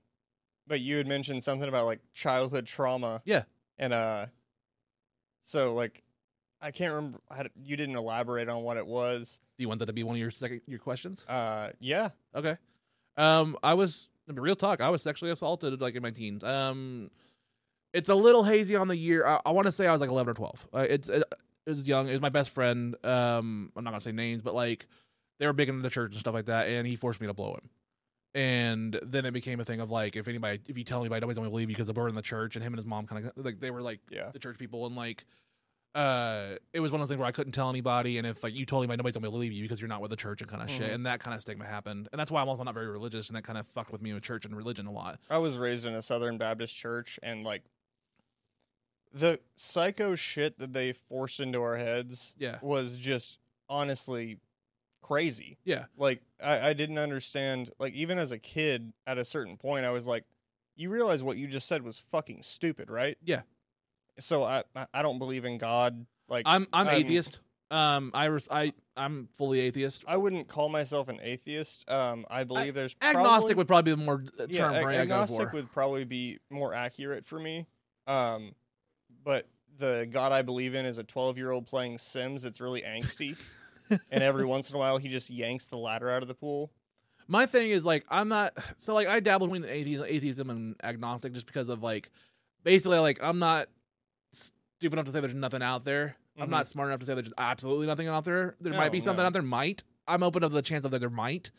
Speaker 1: but you had mentioned something about like childhood trauma.
Speaker 2: Yeah.
Speaker 1: And uh, so like, I can't remember. I, d- you didn't elaborate on what it was.
Speaker 2: Do you want that to be one of your second your questions?
Speaker 1: Uh, yeah.
Speaker 2: Okay. Um, I was I mean, real talk. I was sexually assaulted like in my teens. Um, it's a little hazy on the year. I, I want to say I was like eleven or twelve. Uh, it's it, it was young. It was my best friend. Um, I'm not gonna say names, but like they were big into the church and stuff like that, and he forced me to blow him. And then it became a thing of like if anybody if you tell anybody nobody's gonna believe you because we're in the church and him and his mom kind of like they were like
Speaker 1: Yeah.
Speaker 2: the church people and like uh, it was one of those things where I couldn't tell anybody, and if like you told anybody, nobody's gonna believe you because you're not with the church and kind of shit,
Speaker 1: Mhm.
Speaker 2: and that kind of stigma happened, and that's why I'm also not very religious, and that kind of fucked with me with church and religion a lot.
Speaker 1: I was raised in a Southern Baptist church, and like the psycho shit that they forced into our heads
Speaker 2: Yeah,
Speaker 1: was just honestly crazy.
Speaker 2: Yeah.
Speaker 1: Like I, I didn't understand. Like even as a kid, at a certain point, I was like, "You realize what you just said was fucking stupid, right?"
Speaker 2: Yeah.
Speaker 1: So I I- I don't believe in God. Like I,
Speaker 2: I'm I'm
Speaker 1: I'm-
Speaker 2: atheist. Um, I res- I I'm fully atheist.
Speaker 1: wouldn't call myself an atheist. Um, I believe there's probably,
Speaker 2: Agnostic would probably be the more uh, term
Speaker 1: yeah,
Speaker 2: for
Speaker 1: ag-
Speaker 2: it I go
Speaker 1: agnostic
Speaker 2: for.
Speaker 1: would probably be more accurate for me. Um, but the God I believe in is a 12 year old playing Sims. It's really angsty. and every once in a while, he just yanks the ladder out of the pool.
Speaker 2: My thing is like I'm not so like I dabble between atheism, atheism and agnostic just because of like basically like I'm not stupid enough to say there's nothing out there. I'm not smart enough to say there's absolutely nothing out there.
Speaker 1: Mm-hmm.
Speaker 2: There
Speaker 1: No,
Speaker 2: might be something
Speaker 1: no.
Speaker 2: out there. Might I'm open to the chance of that there might,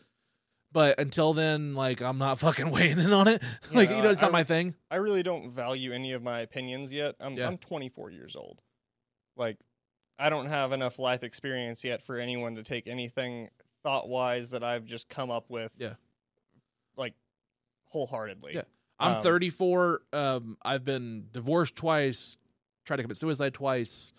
Speaker 2: but until then, like I'm not fucking weighing in on it.
Speaker 1: Yeah,
Speaker 2: like
Speaker 1: no,
Speaker 2: you know, it's
Speaker 1: I-
Speaker 2: not my thing.
Speaker 1: I really don't value any of my opinions yet. I'm
Speaker 2: Yeah.
Speaker 1: I'm 24 years old. Like I don't have enough life experience yet for anyone to take anything thought wise that I've just come up with.
Speaker 2: Yeah.
Speaker 1: Like wholeheartedly.
Speaker 2: Yeah. I'm
Speaker 1: Um,
Speaker 2: 34. Um, I've been divorced twice, tried to commit suicide twice.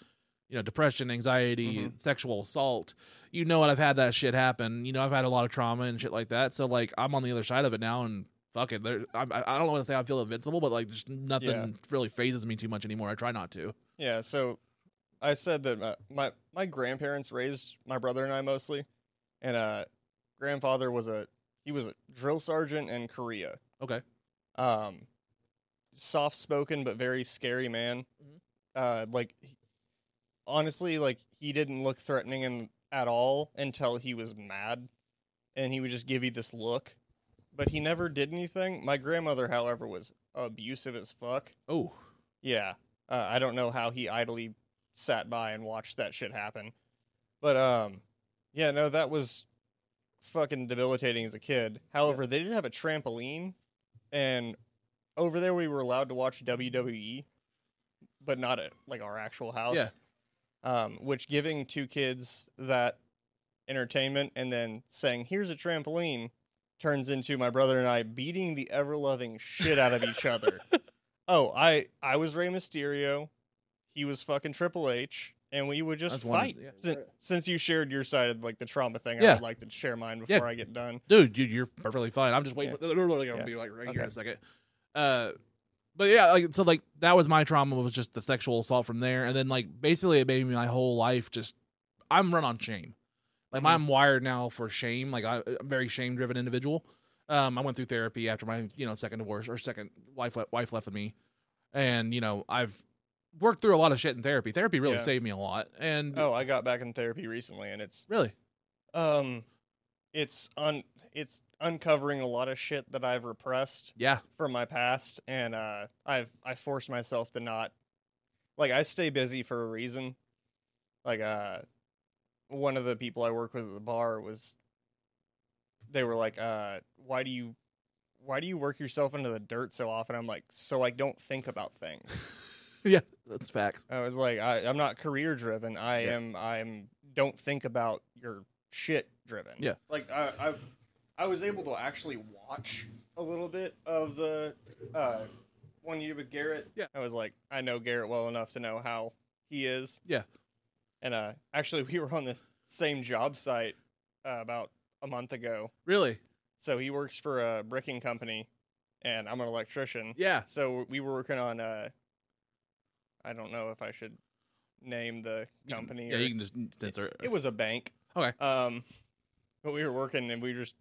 Speaker 2: You know, depression, anxiety,
Speaker 1: Mhm.
Speaker 2: sexual assault. You know what? I've had that shit happen. You know, I've had a lot of trauma and shit like that. So like, I'm on the other side of it now, and fuck it. There, I, I I don't want to say I feel invincible, but like, just nothing
Speaker 1: Yeah.
Speaker 2: really phases me too much anymore. I try not to.
Speaker 1: Yeah, so I said that my, my my grandparents raised my brother and I mostly, and uh, grandfather was a he was a drill sergeant in Korea.
Speaker 2: Okay.
Speaker 1: Um, soft spoken but very scary man.
Speaker 2: Mhm.
Speaker 1: Uh, like he- honestly, like he didn't look threatening and at all until he was mad, and he would just give you this look. But he never did anything. My grandmother, however, was abusive as fuck.
Speaker 2: Oh,
Speaker 1: Yeah. Uh, I don't know how he idly sat by and watched that shit happen. But um yeah, no, that was fucking debilitating as a kid. However, they didn't have a trampoline and over there we were allowed to watch WWE, but not at like our actual house.
Speaker 2: Yeah.
Speaker 1: Um, which giving two kids that entertainment and then saying, Here's a trampoline turns into my brother and I beating the ever loving shit out of each other. Oh, I I was Rey Mysterio. He was fucking Triple H, and we would just
Speaker 2: That's
Speaker 1: fight.
Speaker 2: wonderful, yeah.
Speaker 1: Sin- Since, you shared your side of like the trauma thing, I
Speaker 2: Yeah.
Speaker 1: would like to share mine
Speaker 2: Yeah.
Speaker 1: before I get done.
Speaker 2: dude, dude, you're perfectly fine. I'm just waiting.
Speaker 1: Yeah.
Speaker 2: For, they're literally gonna
Speaker 1: Yeah.
Speaker 2: be like right
Speaker 1: Okay.
Speaker 2: here in a second. Uh, but yeah, like so, like that was my trauma was just the sexual assault from there, and then like basically it made me my whole life just I'm run on shame. Like
Speaker 1: Mhm.
Speaker 2: I'm wired now for shame. Like I, I'm a very shame driven individual. Um, I went through therapy after my you know second divorce or second wife le- wife left with me, and you know I've worked through a lot of shit in therapy. Therapy really
Speaker 1: Yeah.
Speaker 2: saved me a lot, and
Speaker 1: Oh, I got back in therapy recently, and it's
Speaker 2: really,
Speaker 1: um, it's un it's uncovering a lot of shit that I've repressed
Speaker 2: yeah,
Speaker 1: from my past, and uh, I've I forced myself to not like I stay busy for a reason. Like uh, one of the people I work with at the bar was they were like, uh, why do you why do you work yourself into the dirt so often? I'm like, so I don't think about things.
Speaker 2: yeah, that's facts.
Speaker 1: I was like, I, I'm not career driven. I
Speaker 2: Yeah.
Speaker 1: am. I'm don't think about your shit driven.
Speaker 2: Yeah.
Speaker 1: Like I, I, I was able to actually watch a little bit of the uh, one you did with Garrett.
Speaker 2: Yeah.
Speaker 1: I was like, I know Garrett well enough to know how he is.
Speaker 2: Yeah.
Speaker 1: And uh, actually, we were on the same job site uh, about a month ago.
Speaker 2: Really,
Speaker 1: So he works for a bricking company, and I'm an electrician.
Speaker 2: yeah.
Speaker 1: So we were working on uh I don't know if I should name the
Speaker 2: You can-
Speaker 1: company
Speaker 2: yeah,
Speaker 1: or,
Speaker 2: you can just censor it.
Speaker 1: it was a bank.
Speaker 2: Okay.
Speaker 1: Um but we were working and we were just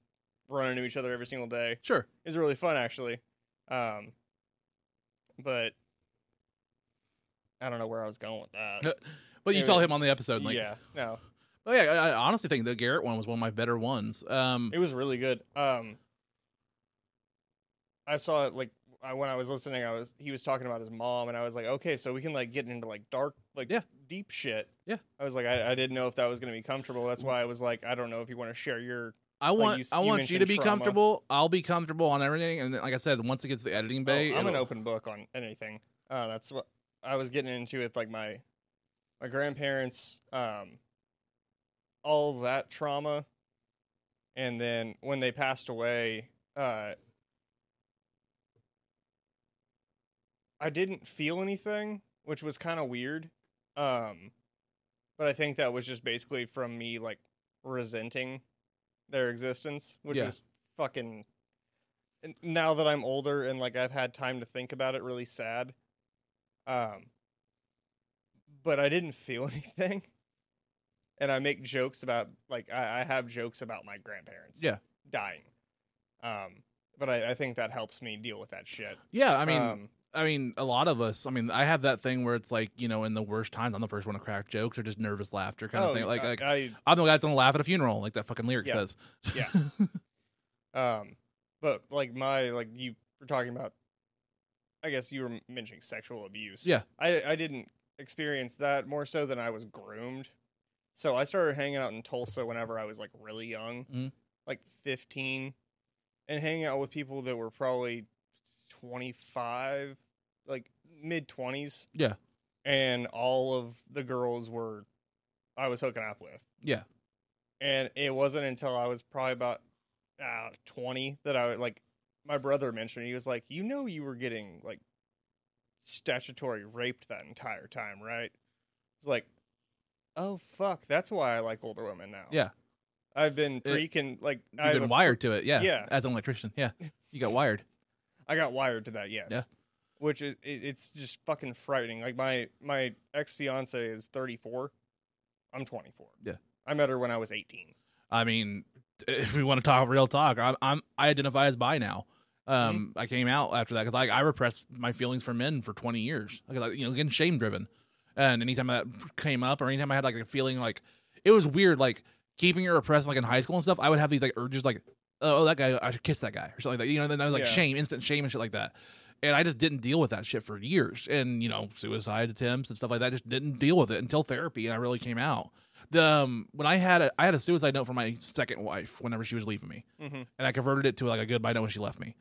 Speaker 1: running into each other every single day.
Speaker 2: Sure.
Speaker 1: It was really fun actually. Um but I don't know where I was going with that.
Speaker 2: No, But you
Speaker 1: Yeah,
Speaker 2: saw
Speaker 1: yeah.
Speaker 2: him on the episode. Like,
Speaker 1: yeah, no.
Speaker 2: Oh yeah. I, I honestly think the Garrett one was one of my better ones. Um.
Speaker 1: It was really good. Um, I saw it like I, when I was listening. I was he was talking about his mom, and I was like, okay, so we can like get into like dark, like
Speaker 2: Yeah.
Speaker 1: deep shit.
Speaker 2: Yeah.
Speaker 1: I was like, I, I didn't know if that was gonna be comfortable. That's why I was like, I don't know if you want to share your. oh,
Speaker 2: I want.
Speaker 1: you s-
Speaker 2: I
Speaker 1: you
Speaker 2: want you to
Speaker 1: mentioned
Speaker 2: be
Speaker 1: trauma.
Speaker 2: comfortable. I'll be comfortable on everything. And like I said, once it gets to the editing
Speaker 1: Oh,
Speaker 2: bay,
Speaker 1: I'm an
Speaker 2: it'll-
Speaker 1: open book on anything. Uh, that's what I was getting into with like my my grandparents, um, all that trauma, and then when they passed away, uh, I didn't feel anything, which was kind of weird. Um, but I think that was just basically from me like resenting their existence, which
Speaker 2: Yeah.
Speaker 1: is fucking. and Now that I'm older and like I've had time to think about it, really sad. Um, but I didn't feel anything, and I make jokes about like I, I have jokes about my grandparents,
Speaker 2: Yeah.
Speaker 1: dying. Um, but I, I think that helps me deal with that shit.
Speaker 2: Yeah, I mean,
Speaker 1: Um,
Speaker 2: I mean, a lot of us. I mean, I have that thing where it's like, you know, in the worst times, I'm the first one to crack jokes or just nervous laughter kind
Speaker 1: oh,
Speaker 2: of thing. Like,
Speaker 1: I,
Speaker 2: like
Speaker 1: I,
Speaker 2: I'm the guy that's gonna laugh at a funeral, like that fucking lyric
Speaker 1: Yeah.
Speaker 2: says.
Speaker 1: Yeah. um, but like my like you were talking about, I guess you were mentioning sexual abuse.
Speaker 2: Yeah.
Speaker 1: I I didn't experience that more so than I was groomed. So I started hanging out in Tulsa whenever I was like really young,
Speaker 2: Mhm.
Speaker 1: like 15, and hanging out with people that were probably 25, like mid 20s.
Speaker 2: Yeah.
Speaker 1: And all of the girls were I was hooking up with.
Speaker 2: Yeah.
Speaker 1: And it wasn't until I was probably about uh, 20 that I would, like my brother mentioned he was like, "You know you were getting like statutory raped that entire time, right?" It's like, "Oh fuck, that's why I like older women now."
Speaker 2: Yeah.
Speaker 1: I've been pre con like
Speaker 2: You've
Speaker 1: I've
Speaker 2: been wired to it, yeah.
Speaker 1: Yeah.
Speaker 2: As an electrician, yeah. You got wired.
Speaker 1: I got wired to that, yes.
Speaker 2: Yeah.
Speaker 1: Which is it, it's just fucking frightening. Like my my ex fiance is 34. I'm 24.
Speaker 2: Yeah.
Speaker 1: I met her when I was 18.
Speaker 2: I mean, if we want to talk real talk, I'm, I'm I identify as bi now. Um, I came out after that because I, I repressed my feelings for men for 20 years. Like, like, you know, getting shame driven, and anytime that came up or anytime I had like a feeling like it was weird, like keeping it repressed, like in high school and stuff. I would have these like urges, like oh, oh, that guy, I should kiss that guy or something like that. You know, then I was like
Speaker 1: Yeah.
Speaker 2: shame, instant shame and shit like that. And I just didn't deal with that shit for years, and you know, suicide attempts and stuff like that. I just didn't deal with it until therapy, and I really came out the um, when I had a I had a suicide note from my second wife whenever she was leaving me,
Speaker 1: Mhm.
Speaker 2: and I converted it to like a goodbye note when she left me,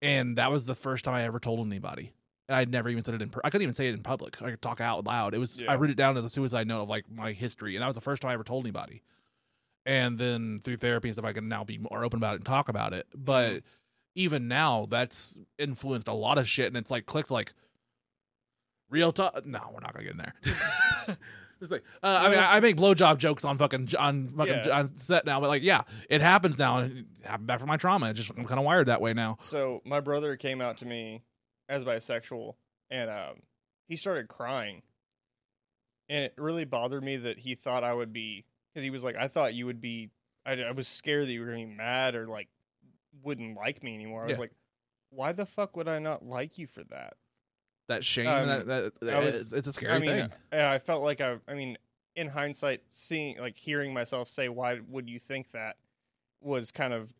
Speaker 2: and that was the first time I ever told anybody, and I'd never even said it in per- I couldn't even say it in public. I could talk out loud. It was I
Speaker 1: Yeah.
Speaker 2: wrote it down as a suicide note of like my history, and that was the first time I ever told anybody. And then through therapy and stuff, I can now be more open about it and talk about it. But even now, that's influenced a lot of shit, and it's like clicked like real talk. No, we're not gonna get in there. It's like, uh, I mean, I I make blowjob jokes on fucking on fucking
Speaker 1: Yeah.
Speaker 2: on set now, but like, yeah, it happens now, and it happened back from my trauma. It's just I'm kind of wired that way now.
Speaker 1: So my brother came out to me as bisexual, and um, he started crying, and it really bothered me that he thought I would be because he was like, I thought you would be. I, I was scared that you were gonna be mad or like wouldn't like me anymore. I was
Speaker 2: Yeah.
Speaker 1: like, why the fuck would I not like you for that?
Speaker 2: That shame,
Speaker 1: Um,
Speaker 2: that, that,
Speaker 1: I was-
Speaker 2: it's, it's a scary
Speaker 1: I mean,
Speaker 2: thing.
Speaker 1: yeah, I felt like I. I mean, in hindsight, seeing like hearing myself say, "Why would you think that?" was kind of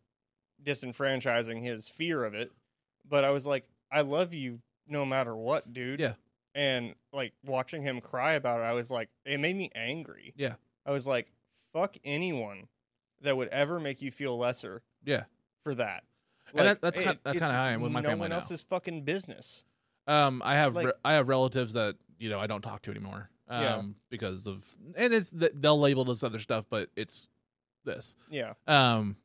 Speaker 1: disenfranchising his fear of it. But I was like, "I love you no matter what, dude."
Speaker 2: Yeah.
Speaker 1: And like watching him cry about it, I was like, it made me angry.
Speaker 2: Yeah.
Speaker 1: I was like, "Fuck anyone that would ever make you feel lesser."
Speaker 2: Yeah.
Speaker 1: For that.
Speaker 2: And that- that's kin- that's
Speaker 1: it's
Speaker 2: kinda how I am with my
Speaker 1: no
Speaker 2: family
Speaker 1: one
Speaker 2: now.
Speaker 1: else's fucking business.
Speaker 2: Um, I have
Speaker 1: Like-
Speaker 2: re- I have relatives that you know I don't talk to anymore. Um,
Speaker 1: Yeah.
Speaker 2: because of and it's th- they'll label this other stuff, but it's this.
Speaker 1: Yeah.
Speaker 2: Um,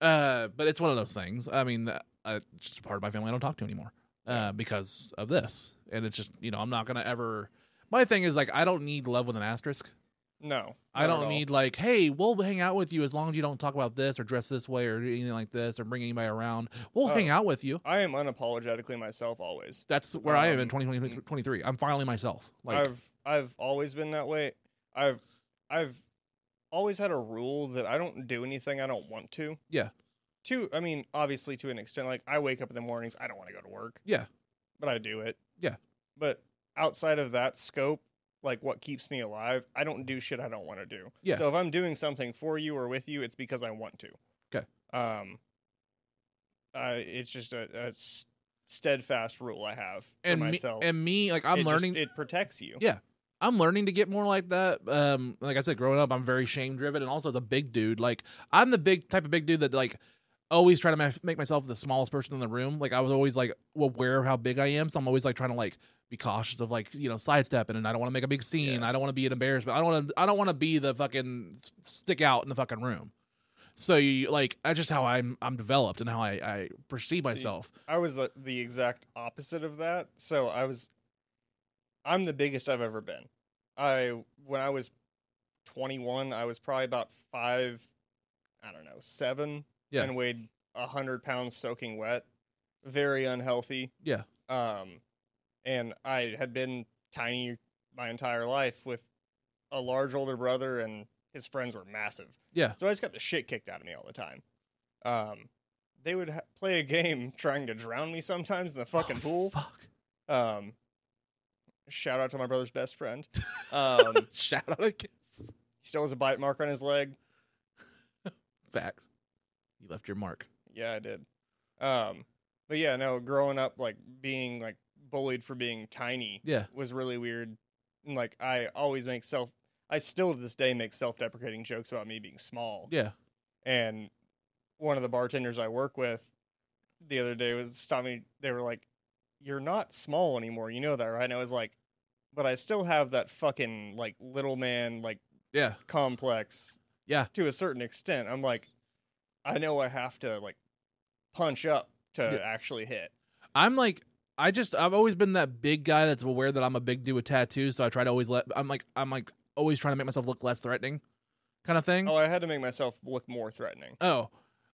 Speaker 2: uh, but it's one of those things. I mean, uh, it's just a part of my family I don't talk to anymore uh, because of this. And it's just, you know, I'm not going to ever. My thing is, like, I don't need love with an asterisk.
Speaker 1: No.
Speaker 2: I
Speaker 1: not at
Speaker 2: don't
Speaker 1: all.
Speaker 2: need, like, hey, we'll hang out with you as long as you don't talk about this or dress this way or do anything like this or bring anybody around. We'll
Speaker 1: Oh.
Speaker 2: hang out with you.
Speaker 1: I am unapologetically myself always.
Speaker 2: That's where I am in
Speaker 1: Um,
Speaker 2: 2023. I'm finally myself. Like,
Speaker 1: I've I've always been that way. I've I've always had a rule that I don't do anything I don't want to.
Speaker 2: Yeah.
Speaker 1: To I mean, obviously to an extent, like I wake up in the mornings, I don't want to go to work.
Speaker 2: Yeah.
Speaker 1: But I do it.
Speaker 2: Yeah.
Speaker 1: But outside of that scope, like what keeps me alive, I don't do shit I don't want to do.
Speaker 2: Yeah.
Speaker 1: So if I'm doing something for you or with you, it's because I want to.
Speaker 2: 'Kay.
Speaker 1: Um uh, it's just a, a s- steadfast rule I have for
Speaker 2: and me,
Speaker 1: myself.
Speaker 2: and me, like, I'm
Speaker 1: It just-
Speaker 2: learning.
Speaker 1: it protects you.
Speaker 2: Yeah. I'm learning to get more like that. Um, like I said, growing up, I'm very shame driven, and also as a big dude, like I'm the big type of big dude that like always try to ma- make myself the smallest person in the room. Like I was always like aware of how big I am, so I'm always like trying to like be cautious of like you know sidestepping, and I don't want to make a big scene. I don't want to be an embarrassment. I don't want to. I don't want to be the fucking stick out in the fucking room. So you like that's just how I'm I'm developed and how I, I perceive myself.
Speaker 1: I was uh, the exact opposite of that. So I was, I'm the biggest I've ever been. I when I was 21, I was probably about five, I don't know, seven,
Speaker 2: Yeah.
Speaker 1: and weighed hundred pounds soaking wet, very unhealthy.
Speaker 2: Yeah.
Speaker 1: Um, and I had been tiny my entire life with a large older brother, and his friends were massive.
Speaker 2: Yeah.
Speaker 1: So I just got the shit kicked out of me all the time. Um, they would ha- play a game trying to drown me sometimes in the fucking pool.
Speaker 2: Oh, Fuck.
Speaker 1: Um, shout out to my brother's best friend. Um, he
Speaker 2: Shout out a kiss.
Speaker 1: still has a bite mark on his leg.
Speaker 2: Facts. You left your mark.
Speaker 1: Yeah, I did. Um, but yeah, no, growing up, like being like bullied for being tiny
Speaker 2: Yeah.
Speaker 1: was really weird. And like, I always make self, I still to this day make self deprecating jokes about me being small.
Speaker 2: Yeah.
Speaker 1: and one of the bartenders I work with the other day was stopped me. They were like, "You're not small anymore. You know that, right?" And I was like, "But I still have that fucking like little man like
Speaker 2: Yeah.
Speaker 1: complex."
Speaker 2: Yeah.
Speaker 1: To a certain extent, I'm like, I know I have to like punch up to
Speaker 2: Yeah.
Speaker 1: actually hit.
Speaker 2: I'm like I just I've always been that big guy that's aware that I'm a big dude with tattoos, so I try to always let I'm like I'm like always trying to make myself look less threatening kind of thing.
Speaker 1: Oh,
Speaker 2: Oh,
Speaker 1: I had to make myself look more threatening.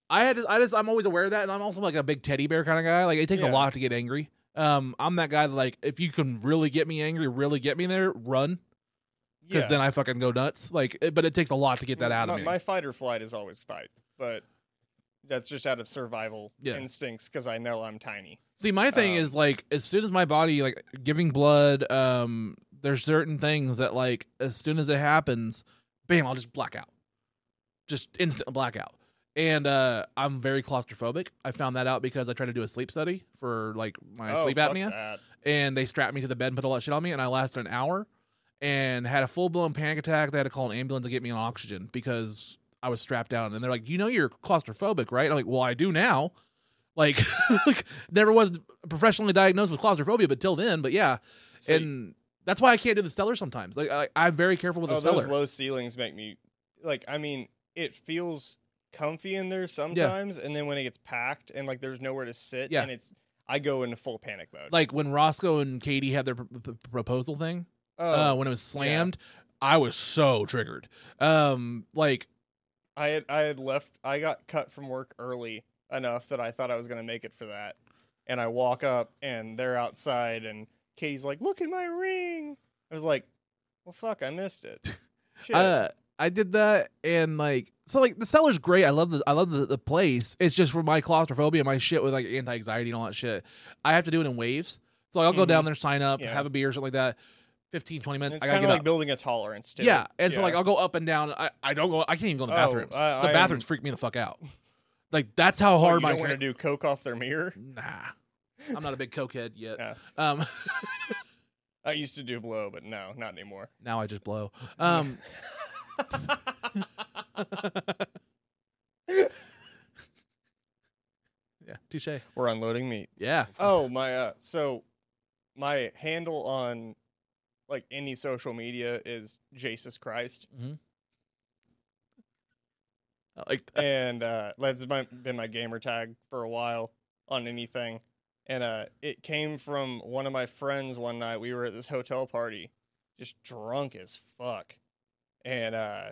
Speaker 2: I had to, I just I'm always aware of that and I'm also like a big teddy bear kind of guy. Like it takes a
Speaker 1: Yeah.
Speaker 2: lot to get angry. Um I'm that guy that like if you can really get me angry, really get me there, run cuz
Speaker 1: Yeah,
Speaker 2: then I fucking go nuts. Like it, but it takes a lot to get that out
Speaker 1: my,
Speaker 2: of me.
Speaker 1: My fight or flight is always fight, but that's just out of survival
Speaker 2: Yeah.
Speaker 1: instincts because I know I'm tiny.
Speaker 2: See, my thing
Speaker 1: Um,
Speaker 2: is like as soon as my body like giving blood, um, there's certain things that like as soon as it happens, bam, I'll just black out, just instant blackout. And uh, I'm very claustrophobic. I found that out because I tried to do a sleep study for like my
Speaker 1: Oh,
Speaker 2: sleep
Speaker 1: fuck
Speaker 2: apnea,
Speaker 1: that.
Speaker 2: and they strapped me to the bed and put all that shit on me, and I lasted an hour and had a full blown panic attack. They had to call an ambulance to get me on oxygen because I was strapped down. And they're like, "You know you're claustrophobic, right?" I'm like, "Well, I do now." Like, like never was professionally diagnosed with claustrophobia, but till then, but yeah,
Speaker 1: So you-
Speaker 2: and that's why I can't do the stellar sometimes. Like, I, I'm very careful with the
Speaker 1: oh, those
Speaker 2: stellar.
Speaker 1: low ceilings make me like. I mean, it feels comfy in there sometimes, and then when it gets packed and like there's nowhere to sit,
Speaker 2: Yeah.
Speaker 1: and it's I go into full panic mode.
Speaker 2: like when Roscoe and Katie had their pr- pr- proposal thing,
Speaker 1: oh,
Speaker 2: uh, when it was slammed, I was so triggered. Um, like
Speaker 1: I had I had left. I got cut from work early enough that I thought I was gonna make it for that, and I walk up and they're outside, and Katie's like, "Look at my ring." I was like, "Well, fuck, I missed it." Shit.
Speaker 2: Uh, I did that, and like, so like the cellar's great. I love the I love the, the place. It's just for my claustrophobia, my shit with like anti anxiety and all that shit. I have to do it in waves. So like, I'll go
Speaker 1: Mhm.
Speaker 2: down there, sign up,
Speaker 1: Yeah.
Speaker 2: have a beer, or something like that. 15, 20
Speaker 1: And
Speaker 2: minutes.
Speaker 1: it's
Speaker 2: I
Speaker 1: kind
Speaker 2: gotta
Speaker 1: of
Speaker 2: get
Speaker 1: like
Speaker 2: up.
Speaker 1: building a tolerance too.
Speaker 2: Yeah, and so
Speaker 1: Yeah.
Speaker 2: like I'll go up and down. I, I don't go. I can't even go in the
Speaker 1: Oh,
Speaker 2: bathrooms.
Speaker 1: I-
Speaker 2: the
Speaker 1: I
Speaker 2: bathrooms freak me the fuck out. Like that's how
Speaker 1: What,
Speaker 2: hard
Speaker 1: Oh, you
Speaker 2: my
Speaker 1: don't want to do coke off their mirror.
Speaker 2: nah. I'm not a big cokehead yet.
Speaker 1: Yeah.
Speaker 2: Um,
Speaker 1: I used to do blow, but no, not anymore.
Speaker 2: now I just blow. Um, yeah, touche.
Speaker 1: We're unloading meat.
Speaker 2: Yeah.
Speaker 1: Oh my! Uh, so my handle on like any social media is Jesus Christ,
Speaker 2: I like that.
Speaker 1: and uh, that's my, been my gamer tag for a while on anything. And uh, it came from one of my friends one night. We were at this hotel party, just drunk as fuck, and uh,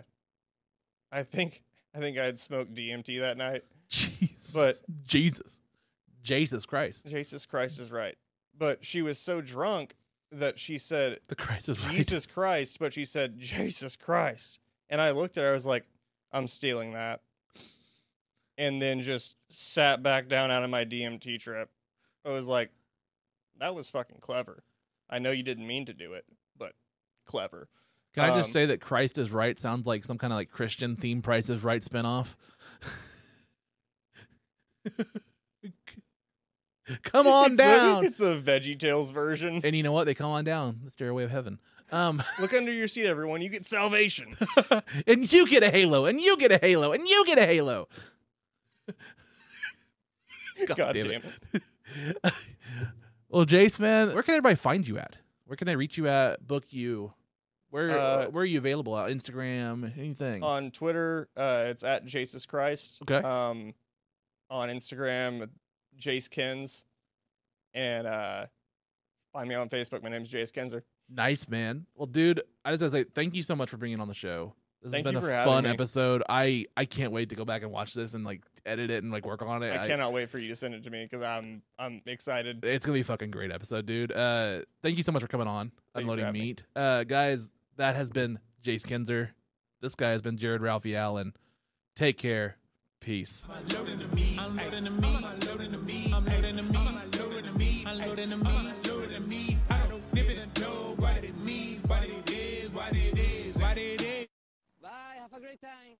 Speaker 1: I think I think I had smoked DMT that night.
Speaker 2: Jeez.
Speaker 1: But-
Speaker 2: Jesus. Jesus Christ.
Speaker 1: Jesus Christ is right. But she was so drunk that she said
Speaker 2: The Christ is right.
Speaker 1: Jesus Christ, but she said Jesus Christ. And I looked at her, I was like, I'm stealing that. And then just sat back down out of my DMT trip. I was like, that was fucking clever. I know you didn't mean to do it, but clever.
Speaker 2: Can I just
Speaker 1: um,
Speaker 2: say that Christ is right sounds like some kind of like Christian theme Price is Right spinoff? Come on
Speaker 1: It's literally-
Speaker 2: down.
Speaker 1: It's the Veggie Tales version.
Speaker 2: And you know what? They come on down the stairway of heaven. Um,
Speaker 1: Look under your seat, everyone. You get salvation.
Speaker 2: and you get a halo, and you get a halo, and you get a halo. God,
Speaker 1: God
Speaker 2: damn it. well, Jace, man, where can everybody find you at? Where can they reach you at? Book you? Where
Speaker 1: Uh,
Speaker 2: Where are you available at? Instagram? Anything?
Speaker 1: on Twitter, uh, it's at Jesus Christ.
Speaker 2: Okay.
Speaker 1: Um, on Instagram, Jace Kins, and uh, find me on Facebook. My name's Jace Kinzer.
Speaker 2: nice, man. Well, dude, I just gotta say thank you so much for bringing on the show. This
Speaker 1: Thank
Speaker 2: has
Speaker 1: you
Speaker 2: been
Speaker 1: for
Speaker 2: a
Speaker 1: having
Speaker 2: fun
Speaker 1: me.
Speaker 2: episode. I I can't wait to go back and watch this and like edit it and like work on it.
Speaker 1: I cannot wait for you to send it to me because I'm I'm excited.
Speaker 2: It's gonna be a fucking great episode, dude. Uh, thank you so much for coming on,
Speaker 1: Thank you for
Speaker 2: unloading
Speaker 1: having me.
Speaker 2: meat. Uh, guys, that has been Jace Kinzer. This guy has been Jared Ralphie Allen. Take care. Peace.
Speaker 3: I'm loading the meat. I'm loading the meat. I'm loading the meat. I'm loading the meat. I'm loading the meat. I'm loading the meat. I'm loading the meat. I don't even know what it means, what it is, what it is, what it is.
Speaker 4: Bye, have a great time.